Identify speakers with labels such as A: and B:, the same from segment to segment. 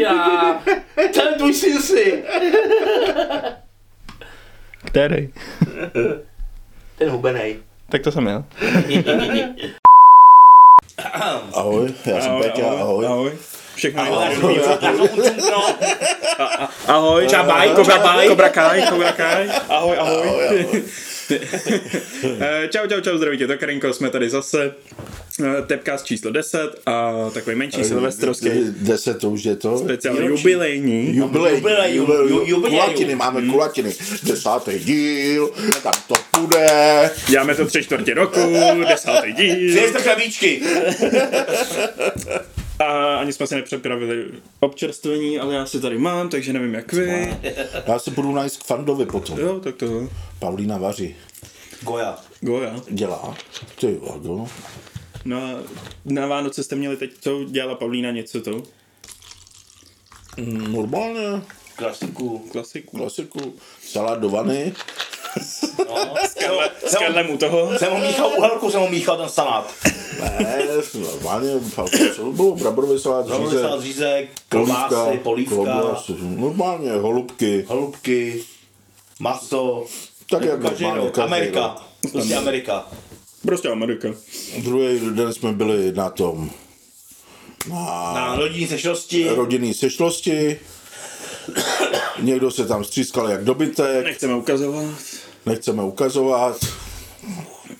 A: Já, ten tu jsi si.
B: Který?
A: Ten hubenej.
B: Tak to jsem já.
C: Ahoj, já jsem Peťa, ahoj.
D: Ahoj. Všechno
C: Ahoj.
D: Ahoj.
A: Čabaj,
D: Kobra
A: čabaj.
D: Kai. Kobra Kai, Kobra Kai. Ahoj, ahoj.
C: Ahoj, ahoj.
D: Eh, Čau, čau, čau, zdravíte, to Karinko, jsme tady zase. Eh, Tepcast číslo 10 a takový menší silvestrovský
C: Deset to už je to.
D: speciál jubilejní.
C: Jubilej,
A: Jubilej, ju- ju- jubilej. Mm.
C: kulatiny, máme kulatiny. Desátý díl, tam to půjde.
D: Děláme to tři čtvrtě roku, desátý díl.
A: Přijeď to chlebíčky.
D: A ani jsme si nepřipravili občerstvení, ale já si tady mám, takže nevím jak vy.
C: Já se půjdu najít k Fandovi potom.
D: Jo, tak to
C: Paulína vaří.
A: Goja.
D: goja.
C: Dělá. Ty vado.
D: No a na Vánoce jste měli teď, co dělala Paulína něco tou
C: Normálně,
A: Klasiku.
D: klasiku.
C: klasiku. Salát do vany.
A: No.
D: S Karlem u toho.
A: Jsem mu míchal uhelku, jsem mu míchal ten salát.
C: Ne, normálně, co bylo, braborový salát,
A: Rovný
C: říze,
A: salát řízek,
C: kolívka,
A: klobásy, polívka,
C: klobásy, normálně, holubky,
A: holubky, maso,
C: tak jak
A: Jako každý
C: normálně,
A: rok.
C: každý
A: Amerika.
C: rok.
A: Prostě Amerika.
D: Prostě Amerika.
C: Druhý den jsme byli na tom,
A: Na rodinní sešlosti.
C: rodinný sešlosti. Někdo se tam střískal jak dobytek,
D: Nechceme ukazovat.
C: nechceme ukazovat.
A: No.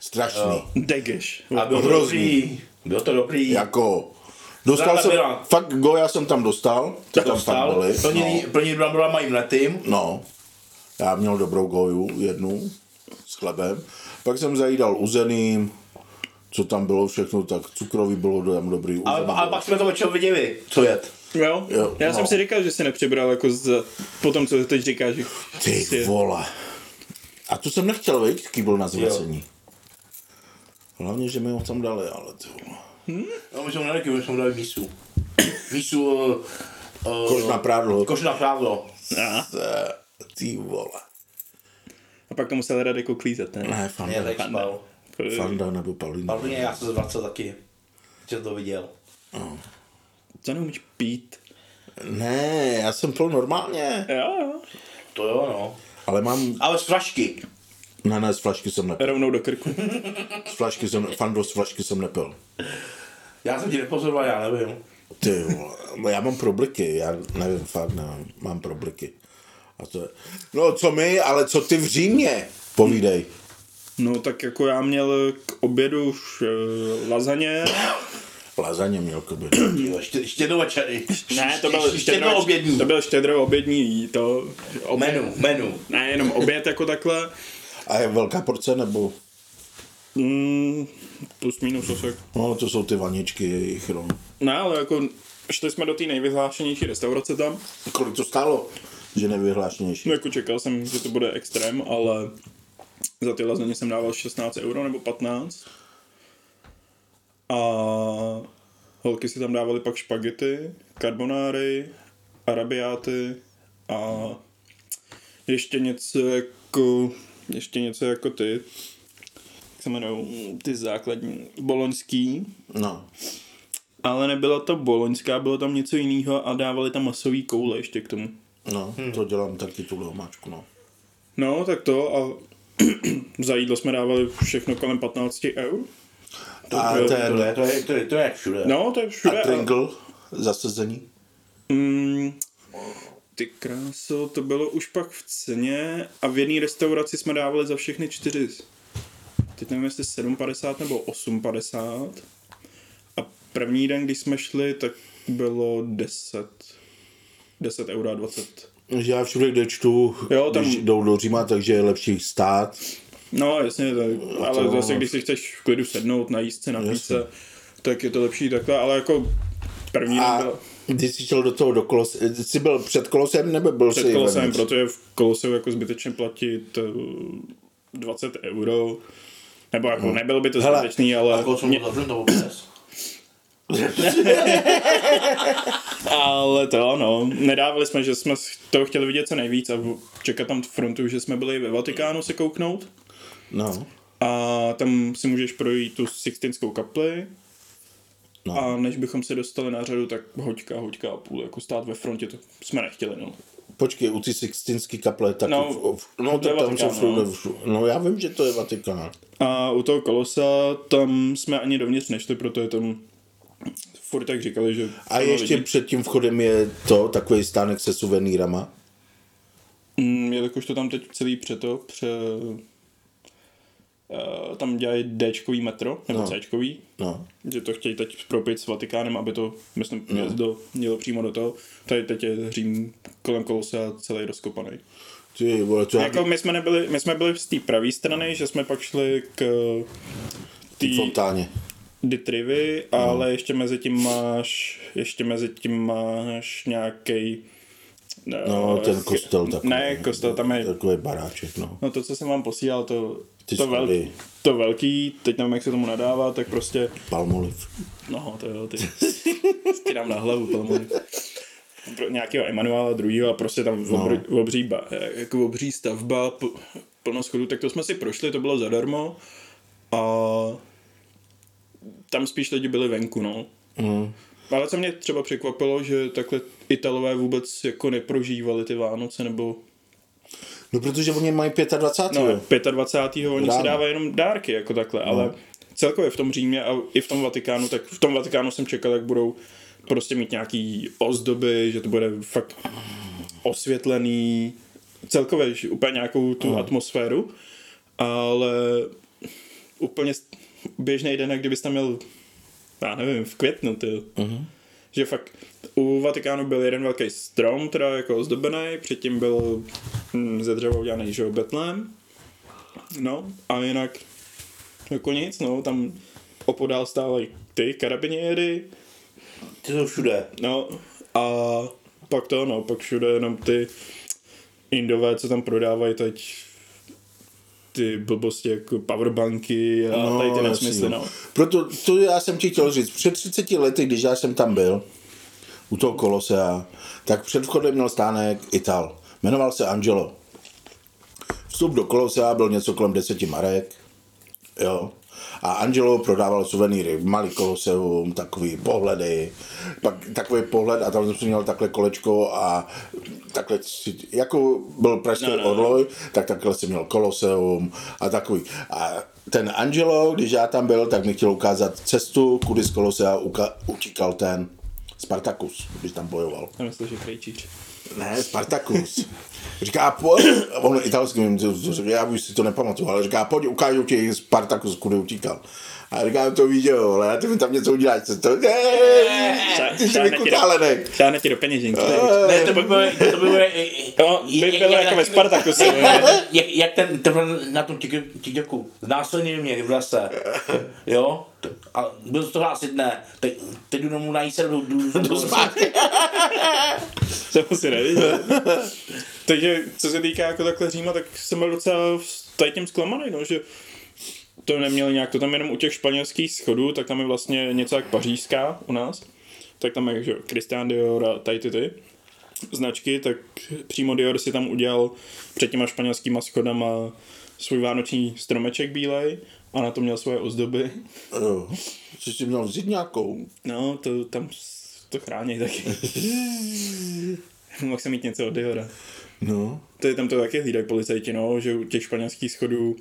C: Strašný.
D: Degeš.
A: A bylo to
C: Hrozný.
A: dobrý. Bylo to dobrý.
C: Jako, dostal
A: Zrada
C: jsem,
A: byla.
C: fakt Goja jsem tam dostal, co
A: Tak
C: tam fakt
A: vstal.
C: byli.
A: Plněný, plněný bramborama jim letým.
C: No, já měl dobrou goju jednu s chlebem. Pak jsem zajídal uzeným, co tam bylo všechno, tak cukrový bylo tam dobrý.
A: Ale,
C: uzený
A: ale
C: bylo.
A: pak jsme to večer viděli, co jet.
D: Jo?
C: Jo,
D: Já
C: no.
D: jsem si říkal, že si nepřibral jako z, po tom, co teď říkáš. že-
C: Ty
D: si-
C: vole. A to jsem nechtěl, viď, jaký byl na zvracení. Hlavně, že mi ho tam dali, ale ty vole.
A: No, my jsme nedali, my jsme mu dali mísu. Mísu, uh,
C: Kož na prádlo. jako-
A: kož na prádlo.
D: A,
C: Ty vole.
D: a pak to musel Radek uklízet, ne?
C: Ne,
A: Je,
C: Fanda.
A: tak spal.
C: Fanda nebo Paulina.
A: Hlavně já jsem zvracel taky. Jsem to viděl.
D: To neumíš pít.
C: Ne, já jsem pil normálně.
D: Jo, jo.
A: To jo, no.
C: Ale mám...
A: Ale z flašky.
C: Ne, ne, z flašky jsem nepil.
D: Rovnou do krku.
C: Z flašky jsem... Fando z flašky jsem nepil.
A: Já jsem ti nepozoroval, já nevím.
C: Ty vole, no já mám probliky, já nevím, fakt nevím, mám probliky. A to je... No co my, ale co ty v Římě? Povídej.
D: No tak jako já měl k obědu už eh, lasagne.
C: Lazaně měl koby.
A: Jo, ještě, ještě do večery.
D: Hmm. Ne, to
A: Ještě-
D: byl
A: ještě
D: štědro
A: do obědní.
D: To byl štědro obědní to. Oběd,
A: Menu, menu.
D: ne, jenom oběd jako takhle.
C: A je velká porce nebo...
D: Mm, plus minus osek.
C: No, to jsou ty vaničky jejich, no.
D: Ne, ale jako šli jsme do té nejvyhlášenější restaurace tam.
C: Kolik to stálo? Že nevyhlášenější.
D: No jako čekal jsem, že to bude extrém, ale za ty lasagne jsem dával 16 euro nebo 15. A holky si tam dávali pak špagety, karbonáry, arabiáty a ještě něco jako, ještě něco jako ty, jak se jmenují, ty základní, boloňský,
C: No.
D: ale nebyla to boloňská, bylo tam něco jiného a dávali tam masový koule ještě k tomu.
C: No, to dělám taky tu domáčku, no.
D: No, tak to a za jídlo jsme dávali všechno kolem 15 eur.
C: A
D: je-
C: ten...
A: To je, to je, to je, to je jak všude.
D: No, to je všude.
C: A Pringle, zasezení.
D: Mm, ty kráso, to bylo už pak v ceně a v jedné restauraci jsme dávali za všechny čtyři. Teď nevím, jestli 7,50 nebo 8,50. A první den, když jsme šli, tak bylo 10. 10 eur a 20.
C: Že já všude, kde čtu,
D: Jo, tam-
C: když jdou do Říma, takže je lepší stát.
D: No, jasně, tak, ale
C: to-
D: zase, když si chceš v klidu sednout, najíst se, napít
C: Jasně.
D: se, tak je to lepší takhle, ale jako první
C: A
D: nebylo
C: když jsi šel do toho do kolos, jsi byl před kolosem nebo byl
D: před
C: jsi
D: kolosem,
C: vevnitř?
D: protože v koloseu jako zbytečně platit eh, 20 euro, nebo jako nebylo by to
C: No. Hele,
D: zbytečný, ale,
A: Jako jsem
D: mě,
A: to zavřel, to vůbec.
D: ale to ano, nedávali jsme, že jsme to chtěli vidět co nejvíc a čekat tam frontu, že jsme byli ve Vatikánu se kouknout.
C: No.
D: A tam si můžeš projít tu Sixtinskou kapli
C: No.
D: A než bychom se dostali na řadu, tak hoďka, hoďka a půl. Jako stát ve frontě, to jsme nechtěli, no.
C: Počkej, u ty Sixtinský kaple, tak
D: No,
C: v, v, no,
D: to je
C: tak tam jsou
D: Vatikán,
C: všude,
D: no.
C: všude. No já vím, že to je Vatikán.
D: A u toho kolosa tam jsme ani dovnitř nešli, proto je tam furt tak říkali, že...
C: A ještě před tím vchodem je to, takový stánek se suvenýrama.
D: Mm, jelikož to tam teď celý přeto, pře... eh, tam dělají Dčkový metro, nebo
C: No.
D: no. Cčkový,
C: No.
D: že to chtějí teď propit s Vatikánem, aby to, myslím, mělo, mělo přímo do toho. Tady teď je Řím kolem kolosa celý rozkopaný.
C: Ty vole, to
D: Jako
C: jako
D: my jsme, nebyli, my jsme byli z té pravé strany, že jsme pak šli k té
C: fontáně. No.
D: Ditrivy, ale ještě mezi tím máš, ještě mezi tím máš nějaký
C: No, ten kostel takový.
D: Ne, kostel tam je
C: Takový baráček, no.
D: No to, co jsem vám posílal, to,
C: Ty
D: to,
C: schody.
D: velký, to velký, teď nevím, jak se tomu nadává, tak prostě,
C: Palmoliv.
D: no to jo, ty, ti dám na hlavu, palmoliv. Pro nějakého Emanuela druhého a prostě tam no. obr, obří, ba, jako obří stavba, pl, plno schodů, tak to jsme si prošli, to bylo zadarmo a tam spíš lidi byli venku, no.
C: Mm.
D: Ale co mě třeba překvapilo, že takhle Italové vůbec jako neprožívali ty Vánoce, nebo
C: No, protože oni mají 25.
D: No,
C: No.
D: 25. oni
C: Ráno.
D: si dávají jenom dárky, jako takhle, ale celkově v tom Římě a i v tom Vatikánu, tak v tom Vatikánu jsem čekal, jak budou prostě mít nějaký ozdoby, že to bude fakt osvětlený, celkově že úplně nějakou tu atmosféru, ale úplně s- běžný den, jak kdybys tam měl, já nevím, v květnu, ty. Uh-huh. Že fakt u Vatikánu byl jeden velký strom, teda jako ozdobený, předtím byl hm, ze dřeva udělaný, že jo, Betlém. No, a jinak jako nic, no, tam opodál stále ty karabiniéry,
A: Ty jsou všude.
D: no, a pak to, no, pak všude jenom ty indové, co tam prodávají teď ty blbosti jako powerbanky a no, tady ty
C: jasný,
D: nesmysly, no.
C: Proto to já jsem ti chtěl říct. Před 30 lety, když já jsem tam byl, u toho kolosea, tak před vchodem měl stánek Ital. Jmenoval se Angelo. Vstup do kolosea byl něco kolem 10 marek. Jo. A Angelo prodával suvenýry, malý koloseum, takový pohledy, pak takový pohled a tam jsem si měl takhle kolečko a takhle, si- jako byl pražský
D: No,
C: no, no,
D: no.
C: orloj, tak takhle jsem měl koloseum a takový. A ten Angelo, když já tam byl, tak mi chtěl ukázat cestu, kudy z kolosea uka- utíkal ten Spartakus, když tam bojoval.
D: Já myslím, že krejčíř.
C: Ne, Spartakus. Říká, pojď, on italský, nevím, co- co řekl, já už si to nepamatuju, ale říká, pojď, ukážu ti Spartakus, kudy utíkal. A říká, to viděl, ale ty mi tam něco uděláš, co to je, ty jsi mi kutálenek.
D: Šáhne ti do peněženky.
A: Ne, to by bylo, to by bylo,
D: No, by
A: jak-
D: bylo
A: jak-
D: jako ve Spartaku se.
A: jak, jak ten, to byl na tom tik- TikToku, znásilnil mě v lese, jo, To- a byl to hlásit ne, teď, teď jdu domů najít se do, do, do spánky.
D: To si neviděl. Takže co se týká jako takhle Říma, tak jsem byl docela s- tady tím zklamaný, no, že to neměli nějak, to tam jenom u těch španělských schodů, tak tam je vlastně něco jak pařížská u nás, tak tam je, že jo, Christian Dior a tady ty, ty značky, tak přímo Dior si tam udělal před těma španělskýma schodama svůj vánoční stromeček bílej a na to měl svoje ozdoby.
C: Jo, Jsi si měl vzít nějakou?
D: No, to tam s- to chrání taky. Mohl jsem mít něco od Diora.
C: No,
D: To je tam to taky hlídají policajti, no, že u těch španělských schodů.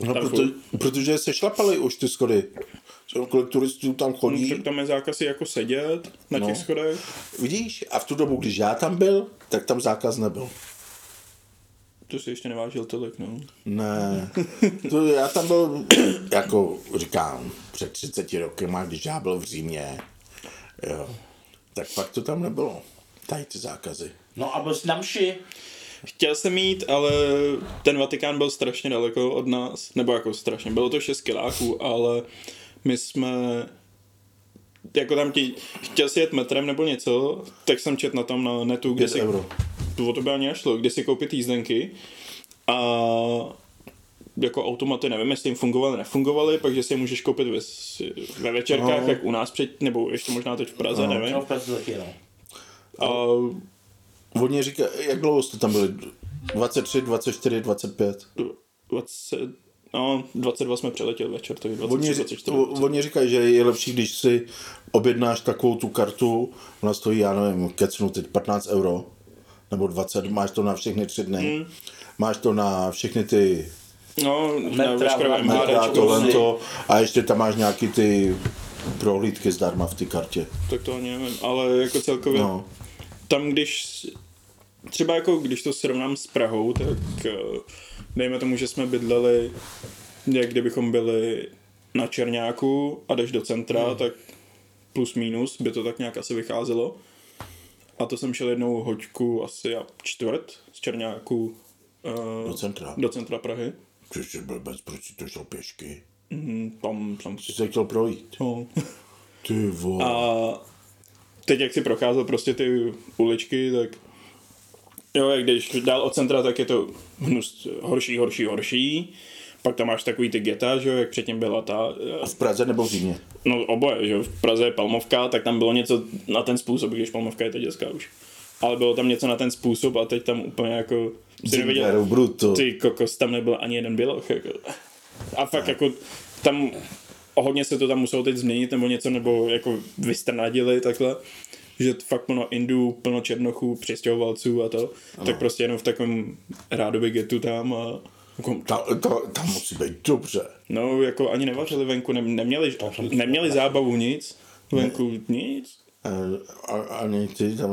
C: no
D: Tak
C: proto, protože se šlapali už ty schody. Co, Kolik turistů tam chodí.
D: Tak tam je zákaz i jako sedět na
C: No.
D: no. těch schodech.
C: Vidíš? A v tu dobu, když já tam byl, tak tam zákaz nebyl.
D: To si ještě nevážil tolik, no.
C: Ne, to já tam byl, jako říkám, před 30 roky, když já byl v Římě, jo, tak fakt to tam nebylo. Tady ty zákazy.
A: No a byl jsi na mši.
D: Chtěl jsem mít, ale ten Vatikán byl strašně daleko od nás. Nebo jako strašně, bylo to 6 kiláků, ale my jsme jako tam ti, chtěl si jet metrem nebo něco, tak jsem čet na tom na netu, kde
C: Pět
D: si
C: euro.
D: o to by ani nešlo, kde si koupit jízdenky a jako automaty, nevím, jestli jim fungovaly, nefungovaly, takže si je můžeš koupit ve, s- ve večerkách,
C: No.
D: no. jak u nás před, nebo ještě možná teď v Praze, no. nevím.
A: No, v Praze taky, no.
D: A
C: Oni říká, jak dlouho jste tam byli? 23, 24, 25.
D: 20, No, 22 jsme přeletěli večer, takže 23,
C: Oni,
D: 24.
C: o- oni říkají, že je lepší, když si objednáš takovou tu kartu, ona stojí, já nevím, kecnu teď 15 euro, nebo 20, máš to na všechny tři dny, mm. máš to na všechny ty
D: No, na
A: Metra,
D: veškeré vlastně,
A: metra,
D: MHD,
C: metra, tohle,
A: čokolády.
C: to, a ještě tam máš nějaký ty prohlídky zdarma v té kartě.
D: tak to ani nevím, ale jako celkově no.
C: No.
D: tam, když s- třeba jako když to srovnám s Prahou, tak eh, dejme tomu, že jsme bydleli, jak kdybychom byli na Černáku a jdeš do centra, hmm. tak plus minus by to tak nějak asi vycházelo. A to jsem šel jednou hoďku asi a čtvrt z Černáku eh,
C: Do centra.
D: do centra Prahy.
C: Přeště byl bez, proč si to šel pěšky?
D: Mm, tam, tam si
C: Jsi se chtěl projít.
D: no.
C: Ty vole. A...
D: A teď, jak si procházel prostě ty uličky, tak jo, jak jdeš dál od centra, tak je to hnus horší, horší, horší. Pak tam máš takový ty geta, že jo, jak předtím byla ta, eh,
C: V Praze nebo v Římě?
D: no oboje, že jo, v Praze je Palmovka, tak tam bylo něco na ten způsob, když Palmovka je teď dětská už. Ale bylo tam něco na ten způsob a teď tam úplně jako, si nevěděl,
C: Zingeru, Bruto.
D: ty kokos, tam nebyl ani jeden běloch. Jako. A fakt jako tam o hodně se to tam muselo teď změnit nebo něco, nebo jako vystrnadili takhle, že t- fakt plno Indů, plno Černochů, přistěhovalců a to, ano. tak prostě jenom v takovém rádoby getu tam a jako-
C: Ta, ta, tam musí být dobře.
D: no jako ani nevařili venku, ne, neměli, neměli zábavu nic, venku nic,
C: A, E, a, ani ty tam...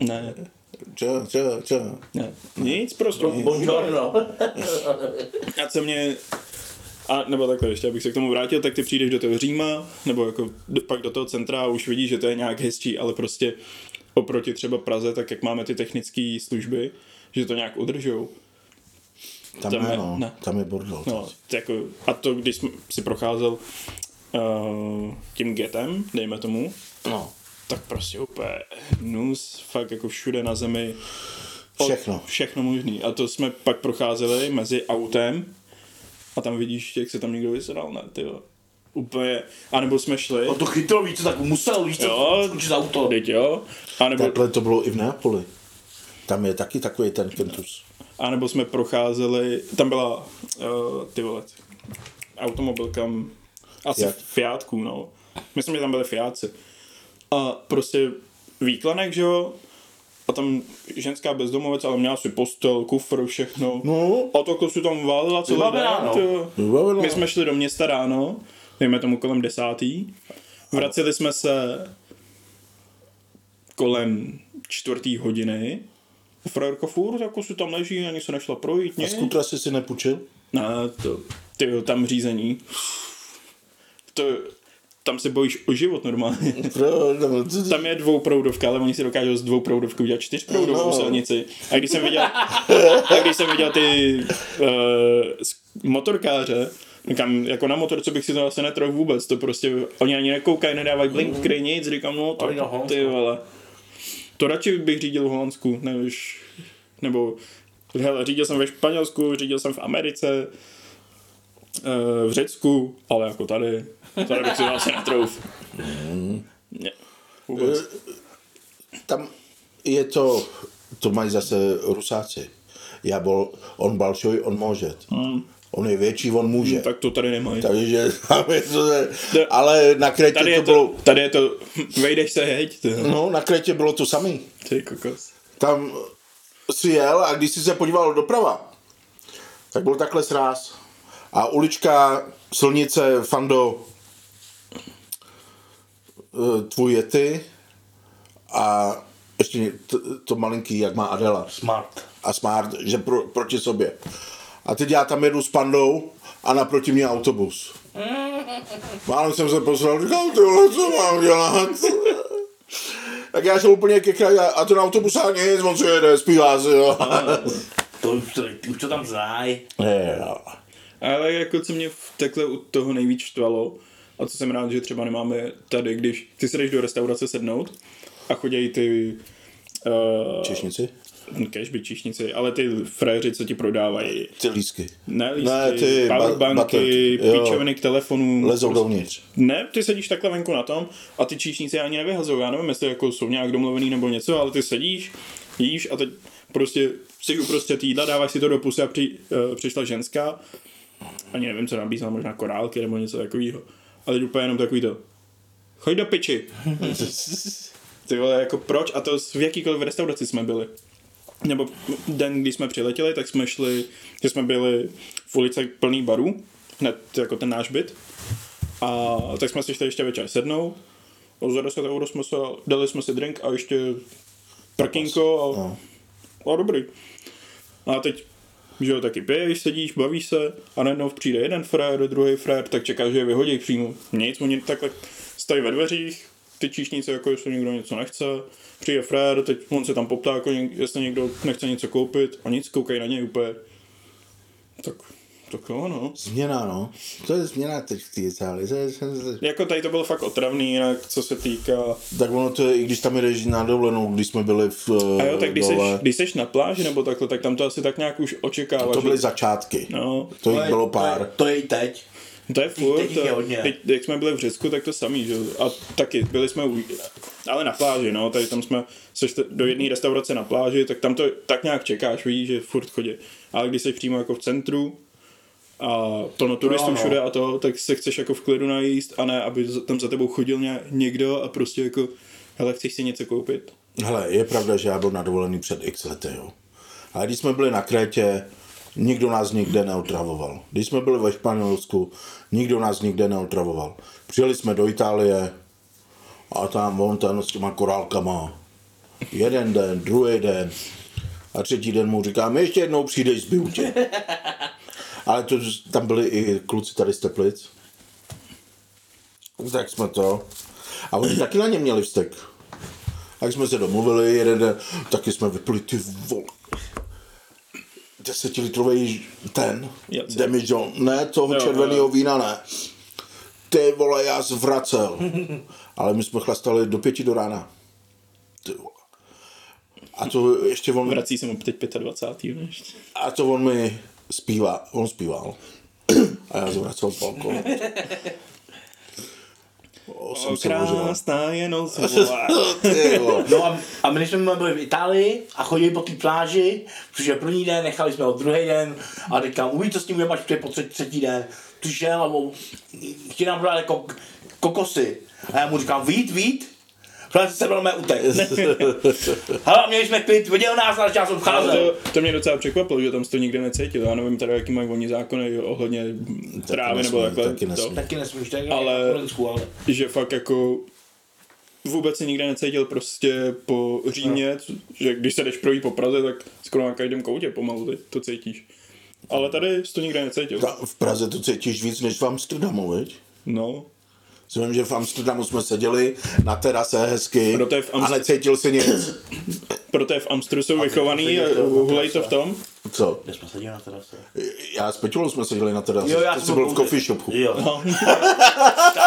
D: ne,
C: Čo, čo, čo?
D: ne, nic prostě.
A: Buongiorno.
D: A co mě... A nebo takhle, ještě abych se k tomu vrátil, tak ty přijdeš do toho Říma, nebo jako do, pak do toho centra a už vidíš, že to je nějak hezčí, ale prostě oproti třeba Praze, tak jak máme ty technické služby, že to nějak udržou. Tam
C: Tam, tam
D: je-
C: je, no,
D: ne.
C: ne. tam je bordel.
D: No, to jako, a to, když jsem si procházel uh, tím getem, dejme tomu,
C: no.
D: tak prostě úplně hnus, fakt jako všude na zemi.
C: Všechno.
D: Všechno možný. A to jsme pak procházeli mezi autem a tam vidíš, jak se tam někdo vysral, ne, ty jo. Úplně, anebo jsme šli,
A: On No to chytlo, víc, tak musel, víc,
D: Jo.
A: skočit za auto.
D: teď jo, anebo,
C: Takhle to bylo i v Neapoli. Tam je taky takový ten kentus.
D: anebo jsme procházeli, tam byla, uh, ty vole, automobilka, m, asi
C: Jak?
D: Fiatků, no. Myslím, že tam byly Fiáci. A prostě výklanek, že jo, a tam ženská bezdomovec, ale měla si postel, kufr, všechno.
C: No.
D: A to si tam válela celý
A: Vybavená,
D: den.
A: no.
D: tyjo.
C: Vybavená.
D: My jsme šli do města ráno, dejme tomu kolem desátý. Vraceli jsme se kolem čtvrtý hodiny. Frajerka furt jako si tam leží, ani se nešla projít,
C: A
D: nic.
C: skutra jsi si nepůjčil?
D: Ne, to, ty tam řízení. To, tam se bojíš o život normálně. No.
C: Pro- tam-
D: Tam je dvouproudovka, ale oni si dokážou z dvouproudovky udělat čtyřproudovou
C: No.
D: silnici. A když jsem viděl, a když jsem viděl ty uh, motorkáře, Říkám, jako na motorce bych si to asi netrohl vůbec, to prostě, oni ani nekoukají, nedávají blinkry, nic, říkám, no
A: Ale na
D: to, ty
A: Holandsku.
D: vole. To radši bych řídil v Holandsku, než, nebo, hele, řídil jsem ve Španělsku, řídil jsem v Americe, eh, v Řecku, ale jako tady, tady bych si to asi netrouf.
A: Mhm.
D: Ne, vůbec.
C: Tam je to, to mají zase rusáci. Já bol, on balšoj, on může. On je větší, on může.
D: Hmm. Tak to tady nemají.
C: Takže tam je to,
D: To-
C: ale na Kretě
D: Tady
C: to,
D: je
C: bylo,
D: to, tady je to, vejdeš se heď, ty,
C: no na Kretě bylo to samý.
D: ty kokos.
C: Tam si jel a když jsi se podíval doprava, tak byl takhle sráz. A ulička, silnice, Fando, eh, tvůj Yeti a ještě to, to malinký, jak má Adela
A: Smart.
C: a Smart, že pro, proti sobě. A teď já tam jedu s pandou a naproti mě autobus. Málem jsem se posral, říkal, ty vole, co mám dělat? tak já šel úplně ke kraji a- a ten autobus a nic, on si jede, zpívá si, jo.
A: To už, to, už to tam znají.
C: Jo.
D: Ale jako co mě v- takhle u toho nejvíc štvalo, a co jsem rád, že třeba nemáme tady, když ty se jdeš do restaurace sednout a chodějí ty uh,
C: Češnici?
D: kež by číšnici, ale ty fréři, co ti prodávají.
C: Ty lísky.
D: Ne, lístky,
C: Ne, ty ba-
D: powerbanky,
C: baterky, jo.
D: píčoviny k prostě- telefonu.
C: Lezou dovnitř.
D: Ne, ty sedíš takhle venku na tom a ty číšníci ani nevyhazují. Já nevím, jestli jako jsou nějak domluvený nebo něco, ale ty sedíš, jíš a teď prostě si uprostřed jídla, dáváš si to do pusy a při, uh, přišla eh, ženská ani nevím, co nabízel, možná korálky nebo něco takového. A teď úplně jenom takový to, choď do piči. Ty vole, jako proč? A to v jakýkoliv restauraci jsme byli. Nebo den, kdy jsme přiletěli, tak jsme šli, že jsme byli v ulici plný barů, hned jako ten náš byt. A tak jsme si šli ještě večer sednout. O za 10 euro jsme se, dali jsme si drink a ještě prkinko a,
C: No.
D: a dobrý. No A teď že jo, taky piješ, sedíš, bavíš se a najednou přijde jeden frér, druhý frér, tak čeká, že je vyhodí přímo. Nic, oni takhle stojí ve dveřích, ty číšníci, jako jestli někdo něco nechce, přijde frér, teď on se tam poptá, jako něk- jestli někdo nechce něco koupit a nic, koukají na něj úplně. Tak, tak jo, no.
C: Změna, no. To je změna teď v té Itálii. To je- to je-
D: Jako tady to bylo fakt otravný, jinak co se týká...
C: Tak ono to je, i když tam jdeš na dovolenou, když jsme byli v eh,
D: A jo, tak když, seš,
C: dole,
D: když seš na pláži nebo takhle, tak tam to asi tak nějak už očekáváš.
C: to byly
D: že-
C: začátky.
D: No,
C: To
A: To
C: jich
A: je-
C: bylo
A: To je,
C: pár.
A: to je i teď.
D: To je furt,
A: Teď jich je
D: to,
A: hodně.
D: teď, jak jsme byli v Řecku, tak to samý, že jo. A taky, byli jsme, u, ale na pláži, no, tady tam jsme, seš do jedné restaurace na pláži, tak tam to tak nějak čekáš, víš, že furt chodí. Ale když jsi přímo jako v centru a plno turistů
A: No, no.
D: všude a to, tak se chceš jako v klidu najíst a ne, aby za- tam za tebou chodil ně- někdo a prostě jako, hele, chceš si něco koupit?
C: Hele, je pravda, že já byl na dovolený před x lety, jo. A když jsme byli na Krétě, nikdo nás nikde neotravoval. Když jsme byli ve Španělsku, nikdo nás nikde neotravoval. Přijeli jsme do Itálie a tam on ten s těma korálkama. Jeden den, druhý den. A třetí den mu říkám, ještě jednou přijdeš z biutě. Ale to, tam byli i kluci tady z Teplic. Tak jsme to. A oni taky na ně měli vztek. Tak jsme se domluvili, jeden den, taky jsme vypili ty vole. Desetilitrový ten,
D: Jace.
C: demijohn, ne
D: Jo,
C: toho No, červeného
D: jo.
C: vína, ne. Ty vole, já zvracel. Ale my jsme chlastali do pěti do rána. Ty vole. A to ještě on,
D: Vrací se mu teď 25. než.
C: a to on mi zpívá, on zpíval. A já zvracel palkou. O, jsem se božel.
D: Krásná jenom zvolá.
C: Ty vole.
A: No a, a my jsme byli v Itálii a chodili po té pláži, protože první den nechali jsme ho druhý den a říkám, uvidí, co s tím budeme, až přijde po třetí, třetí den. Tu šel a on- chtěl nám prodat jako k- kokosy. A já mu říkám, vít, vít, Protože se byl mé utek. Hele, měli jsme klid, viděl nás, ale já jsem
D: Ale
A: vcházel.
D: to, to mě docela překvapilo, že tam se to nikde necítil. Já nevím teda, jaký mají oni zákony ohledně trávy
C: nesmí,
D: nebo takhle.
C: taky nesmí.
D: to,
A: Taky nesmíš, tak
D: Ale-
A: ale... ale...
D: že fakt jako vůbec se nikde necítil prostě po Římě, co- že když se jdeš projít po Praze, tak skoro na každém koutě pomalu teď to cítíš. Ale tady jsi to nikde necítil.
C: Ta- V Praze to cítíš víc než v Amsterdamu, viď?
D: No.
C: Si vím, že v Amsterdamu jsme seděli na terase hezky
D: No to je v Amst-
C: a necítil si nic.
D: Proto je v Amstru jsou vychovaný
C: to
D: a
C: je to-
D: hulej to v tom.
C: Co?
A: Kde jsme seděli na terase?
C: Já s Peťulou jsme seděli na terase.
A: Jo, já
C: to
A: jsem
C: jsi byl v
A: koupil-
C: coffee shopu.
A: Jo.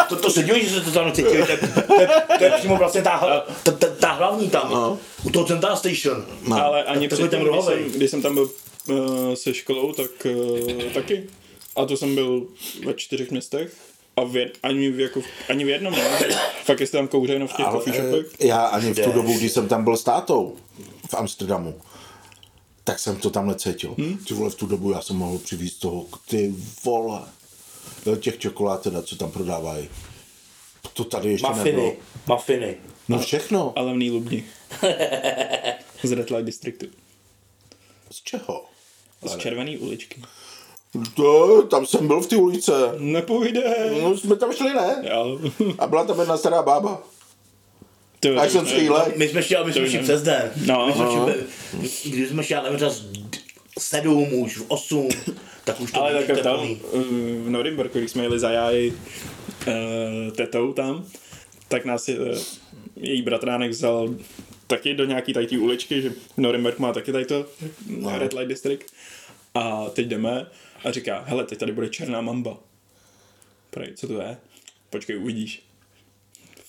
A: A to, to se diví, že se to tam cítí. To, je- to, je- to je přímo vlastně ta, hla- ta, ta, ta hlavní tam. U toho Central Station.
C: No.
D: Ale ani
A: Takový
D: předtím,
A: ten
D: když
A: rohovej.
D: jsem, když jsem tam byl uh, se školou, tak uh, taky. A to jsem byl ve čtyřech městech. A v jed, ani, v, jako, v- ani v jednom ne. Fakt jestli tam kouře jenom v těch
C: Ale
D: coffee shopech.
C: eh, já ani v tu dobu, když jsem tam byl s tátou v Amsterdamu, tak jsem to tam necítil. Ty vole, v tu dobu já jsem mohl přivízt toho, ty vole, eh, těch čokolád teda, co tam prodávají. To tady ještě nebylo.
A: Mafiny. Mafiny.
C: No všechno.
D: Ale v Lubni. Z Red Light Districtu.
C: Z čeho?
D: Z červený uličky.
C: To, tam jsem byl v ty ulice.
D: Nepůjde.
C: No, jsme tam šli, ne?
D: Jo.
C: A byla tam jedna stará bába.
D: Ty jo,
C: Až jsem
D: to-
C: si jí le-
A: My jsme šli, my jsme šli přes den.
D: No.
A: My jsme šli, když jsme šli, já nevím, třeba z d- sedm už, osm, tak už to
D: Ale
A: bylo
D: tak tam
A: teplý.
D: eh, v Norimberku, když jsme jeli za jáji eh, tetou tam, tak nás eh, její bratránek vzal taky do nějaký tady tí uličky, že Norimberg má taky tady to
A: No.
D: Red Light District. A teď jdeme a říká, hele, teď tady bude černá mamba. Prej, co to je? Počkej, uvidíš.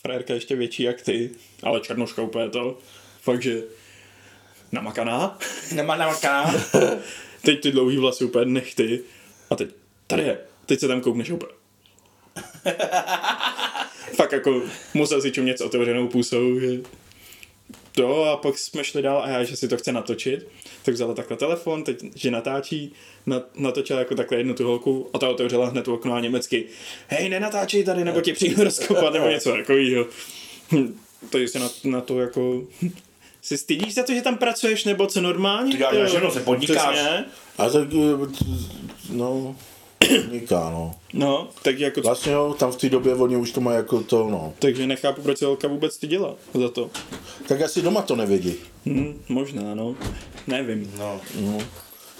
D: Frajerka ještě větší jak ty, ale černoška úplně to. Fakt, že namakaná.
A: Nemá na maká.
D: Teď ty dlouhý vlasy úplně nechty. A teď, tady je. Teď se tam koukneš úplně. Fakt jako musel si čumět s otevřenou pusou, že... to a pak jsme šli dál a já, že si to chce natočit, tak vzala takhle telefon, teď, že natáčí, na, natočila jako takhle jednu tu holku a ta otevřela hned to okno a německy, hej, nenatáčej tady, nebo tě přijdu rozkopat, nebo něco takového. Hm, Takže se na, na to jako... Si stydíš za to, že tam pracuješ, nebo co normálně?
A: Ty děláš na ženu, se podnikáš.
D: Přesně.
C: A tak, eh, no, uniká, no.
D: No, tak jako...
C: Vlastně jo, tam v té době oni už to mají jako to, no.
D: Takže nechápu, proč se holka vůbec ty dělá za to.
C: Tak asi doma to nevědí.
D: Hm, možná, no. Nevím.
A: No.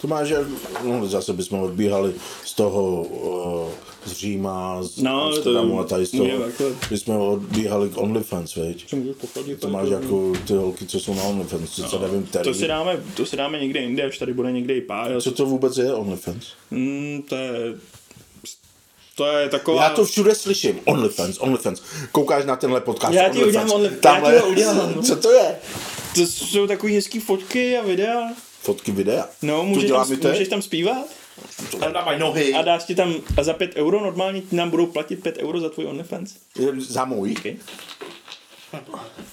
C: To má, že no, zase bychom odbíhali z toho uh, z Říma, z
D: No,
C: no,
D: to- jako-
C: Amsterdamu a tady z toho.
D: můžeme takhle.
C: Bychom odbíhali k OnlyFans, viď?
D: Co můžu pochodit,
C: To máš jako ty holky, co jsou na OnlyFans, co no, nevím, tady.
D: To si, dáme, to si dáme někde jinde, až tady bude někde i pár.
C: Co to vůbec je OnlyFans?
D: Mm, to je... To je taková...
C: Já to všude slyším. OnlyFans, OnlyFans. Koukáš na tenhle podcast.
D: Já ti
C: OnlyFans.
D: udělám only- já
C: Tamhle-
D: ti to udělám.
C: Co to je?
D: to jsou takový hezký fotky a videa.
C: Fotky videa.
D: No,
C: to
D: můžeš
C: dělá
D: tam,
C: mi to?
D: můžeš tam zpívat
A: Tam dávají nohy.
D: a dáš ti tam a za 5 euro normálně nám budou platit 5 euro za tvůj OnlyFans.
C: Za můj.
D: Okay.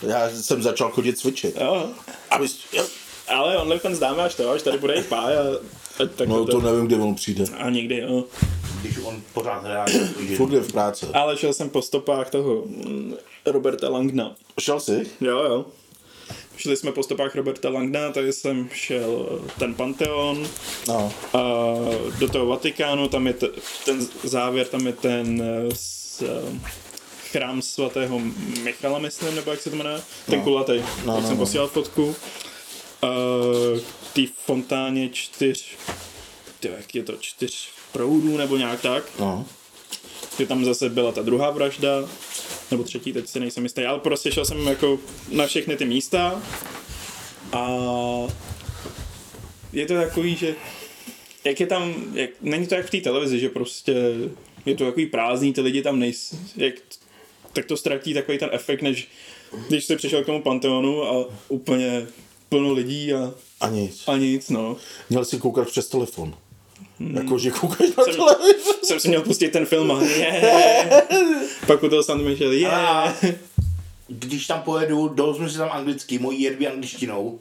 C: Já jsem začal chodit cvičit.
D: Jo.
C: Aby...
D: Ale OnlyFans dáme až to, až tady bude i páj a, a tak
C: No to nevím, kdy on přijde.
D: A někdy, jo.
A: Když on pořád hledá.
C: Furt je v práci.
D: Ale šel jsem po stopách toho mm, Roberta Langna.
C: Šel jsi?
D: Jo, jo. Šli jsme po stopách Roberta Langna, tady jsem šel eh, ten Panteon,
C: No.
D: a do toho Vatikánu, tam je t- ten závěr, tam je ten eh, s, eh, chrám svatého Michala, myslím, nebo jak se to jmenuje, ten kulatý, no, jak
C: no,
D: jsem
C: no.
D: posílal fotku. Uh, ty fontáně čtyř, ty, jak je to, čtyř proudů nebo nějak tak,
C: No.
D: že tam zase byla ta druhá vražda, nebo třetí, teď si nejsem jistý, ale prostě šel jsem jako na všechny ty místa a je to takový, že jak je tam, jak, není to jak v té televizi, že prostě je to takový prázdný, ty lidi tam nejs, jak, tak to ztratí takový ten efekt, než když jsi přišel k tomu Panteonu a úplně plno lidí a,
C: A nic.
D: a nic, no.
C: Měl jsi koukat přes telefon. Hmm. Jako, že koukáš na televizi.
D: Jsem si měl pustit ten film a yeah. Pak u toho jsem myšel,
A: A
D: yeah.
A: když tam pojedu, doznu si tam anglicky, mojí jedby angličtinou.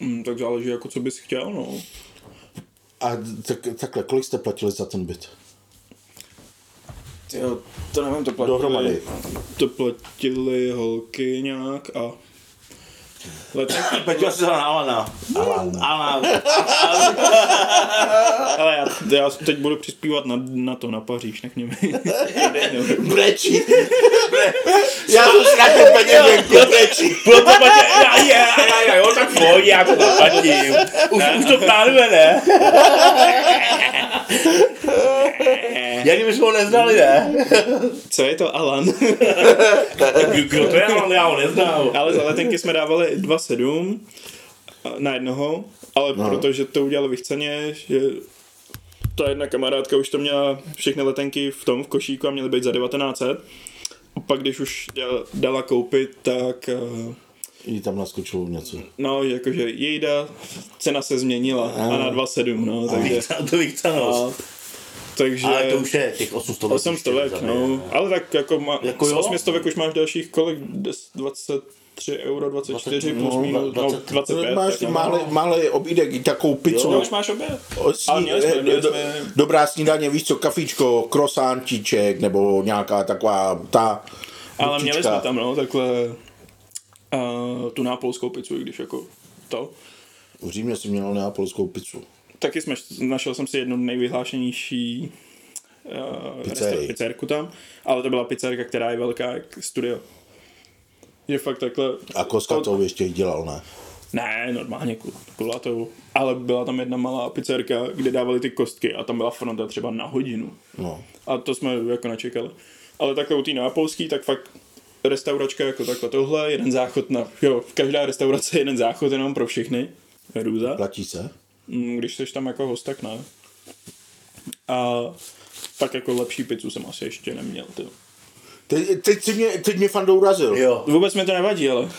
D: Mm, tak záleží jako co bys chtěl, no.
C: A tak, takhle, kolik jste platili za ten byt?
D: Jo, to nevím, to platili.
C: Dohromady.
D: To platili holky nějak a... Letenky,
A: Peťa se na Alana.
C: Alan.
A: Alan.
D: ale já, já teď budu přispívat na, na to, na Paříž, nech mě
C: Brečí. Já jsem si na ten peněženku brečí.
A: Proto Peťa, já, já, já, já, jo, tak pojď, já to zaplatím. Už, už to plánuje, ne? Jak kdybychom ho neznali, ne?
D: Co je to Alan?
A: Kdo to je, ale já ho neznám.
D: ale za letenky jsme dávali 2,7 a- na jednoho, ale no. protože to udělali vychceně, že ta jedna kamarádka už to měla všechny letenky v tom, v košíku a měly být za 1900. A pak když už děl- dala koupit, tak eh,
C: Jí tam naskočilo něco.
D: No, jakože jejda, cena se změnila a, na 2,7, no, takže,
A: To bych
D: a, takže
A: chtěl. Ale to už je těch 800 let.
D: 800 let, no, ale tak jako, má,
A: Jako
D: jako z
A: jo?
D: 800 už máš dalších kolik, 10, 23 euro, 24 plus
C: no,
D: minus, no,
A: 20,
D: 25,
C: Máš
D: tak, no.
C: malý, malý obídek, i takovou pizzu.
D: no, už máš oběd,
C: Osní,
D: ale měli jsme,
C: eh,
D: měli
C: do-
D: jsme,
C: Dobrá snídaně, víš co, kafíčko, krosántíček, nebo nějaká taková ta...
D: ale měli
C: ručička.
D: jsme tam, no, takhle uh, tu nápolskou pizzu, i když jako to.
C: V Římě jsem měl neapolskou pizzu.
D: Taky jsme, našel jsem si jednu nejvyhlášenější uh,
C: Pizzerii.
D: pizzerku tam, ale to byla pizzerka, která je velká jak studio. Je fakt takhle...
C: A Koska to ještě jí dělal, ne?
D: Ne, normálně kul- kulatou. Ale byla tam jedna malá pizzerka, kde dávali ty kostky a tam byla fronta třeba na hodinu.
C: No.
D: A to jsme jako nečekali. Ale takhle u té nápolský, tak fakt restauračka jako takhle tohle, jeden záchod na... Jo, každá restaurace je jeden záchod jenom pro všechny. Růza.
C: Platí se?
D: Mm, Když jsi tam jako host, tak ne. A tak jako lepší pizzu jsem asi ještě neměl. Ty.
C: Te, teď, si mě, teď mě fanda urazil.
A: Jo.
D: Vůbec mi to nevadí, ale.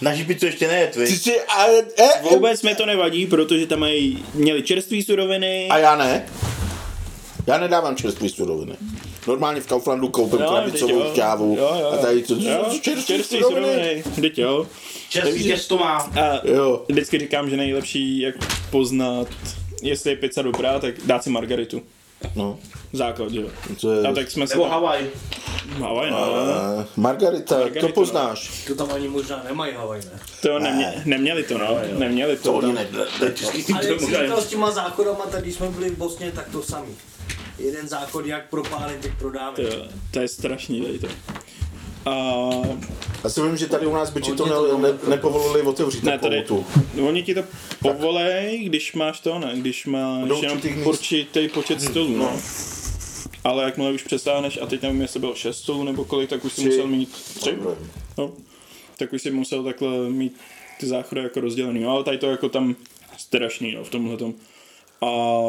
A: Na žipicu ještě nejet,
C: Ty
A: víš?
C: jsi, a, e, e,
D: eh? Vůbec mi to nevadí, protože tam mají, měli čerstvé suroviny.
C: a já ne. Já nedávám čerstvý suroviny. Normálně v Kauflandu koupím
D: Jo,
C: krabicovou
D: vždyť jo.
C: šťávu
D: Jo, jo,
C: a tady to
D: jo,
C: čerstvý
D: čerstvý
C: suroviny.
D: suroviny. Vždyť jo.
A: Čerstvý těsto má.
D: A
C: Jo.
D: vždycky říkám, že nejlepší, jak poznat, jestli je pizza dobrá, tak dát si margaritu.
C: No,
D: Základ, že jo.
C: to je...
D: A tak jsme se...
A: Nebo Havaj.
D: Havaj, no.
C: Eh, Margarita,
D: Margarita,
C: to
D: no.
C: poznáš.
B: To tam ani možná nemají Havaj, ne?
D: To nemě, neměli to, no. Neměli to.
A: To
D: tam.
A: ne, ne, ne, český tým
B: Ale
A: to
B: jak jsi
A: možná
B: říkal s těma zákonama, tak když jsme byli v Bosně, tak to samý. Jeden zákon, jak propálit, tak prodáme.
D: To, to je strašný, tady to. A
C: Já si vím, že tady u nás by ti to,
B: Hodně to
C: ne, ne, nepovolili otevřít
D: ne, tady,
C: takovou tu.
D: oni ti to povolej, když máš to, ne, když máš
C: Do
D: jenom
C: určitých míst.
D: určitý počet stolů, no. Ale jakmile už přesáhneš, a teď nevím, jestli bylo 6 stolů nebo kolik, tak už jsi
C: Tři.
D: musel mít 3, no. tak už jsi musel takhle mít ty záchody jako rozdělený, no, ale tady to jako tam strašný, no, v tomhle tom. A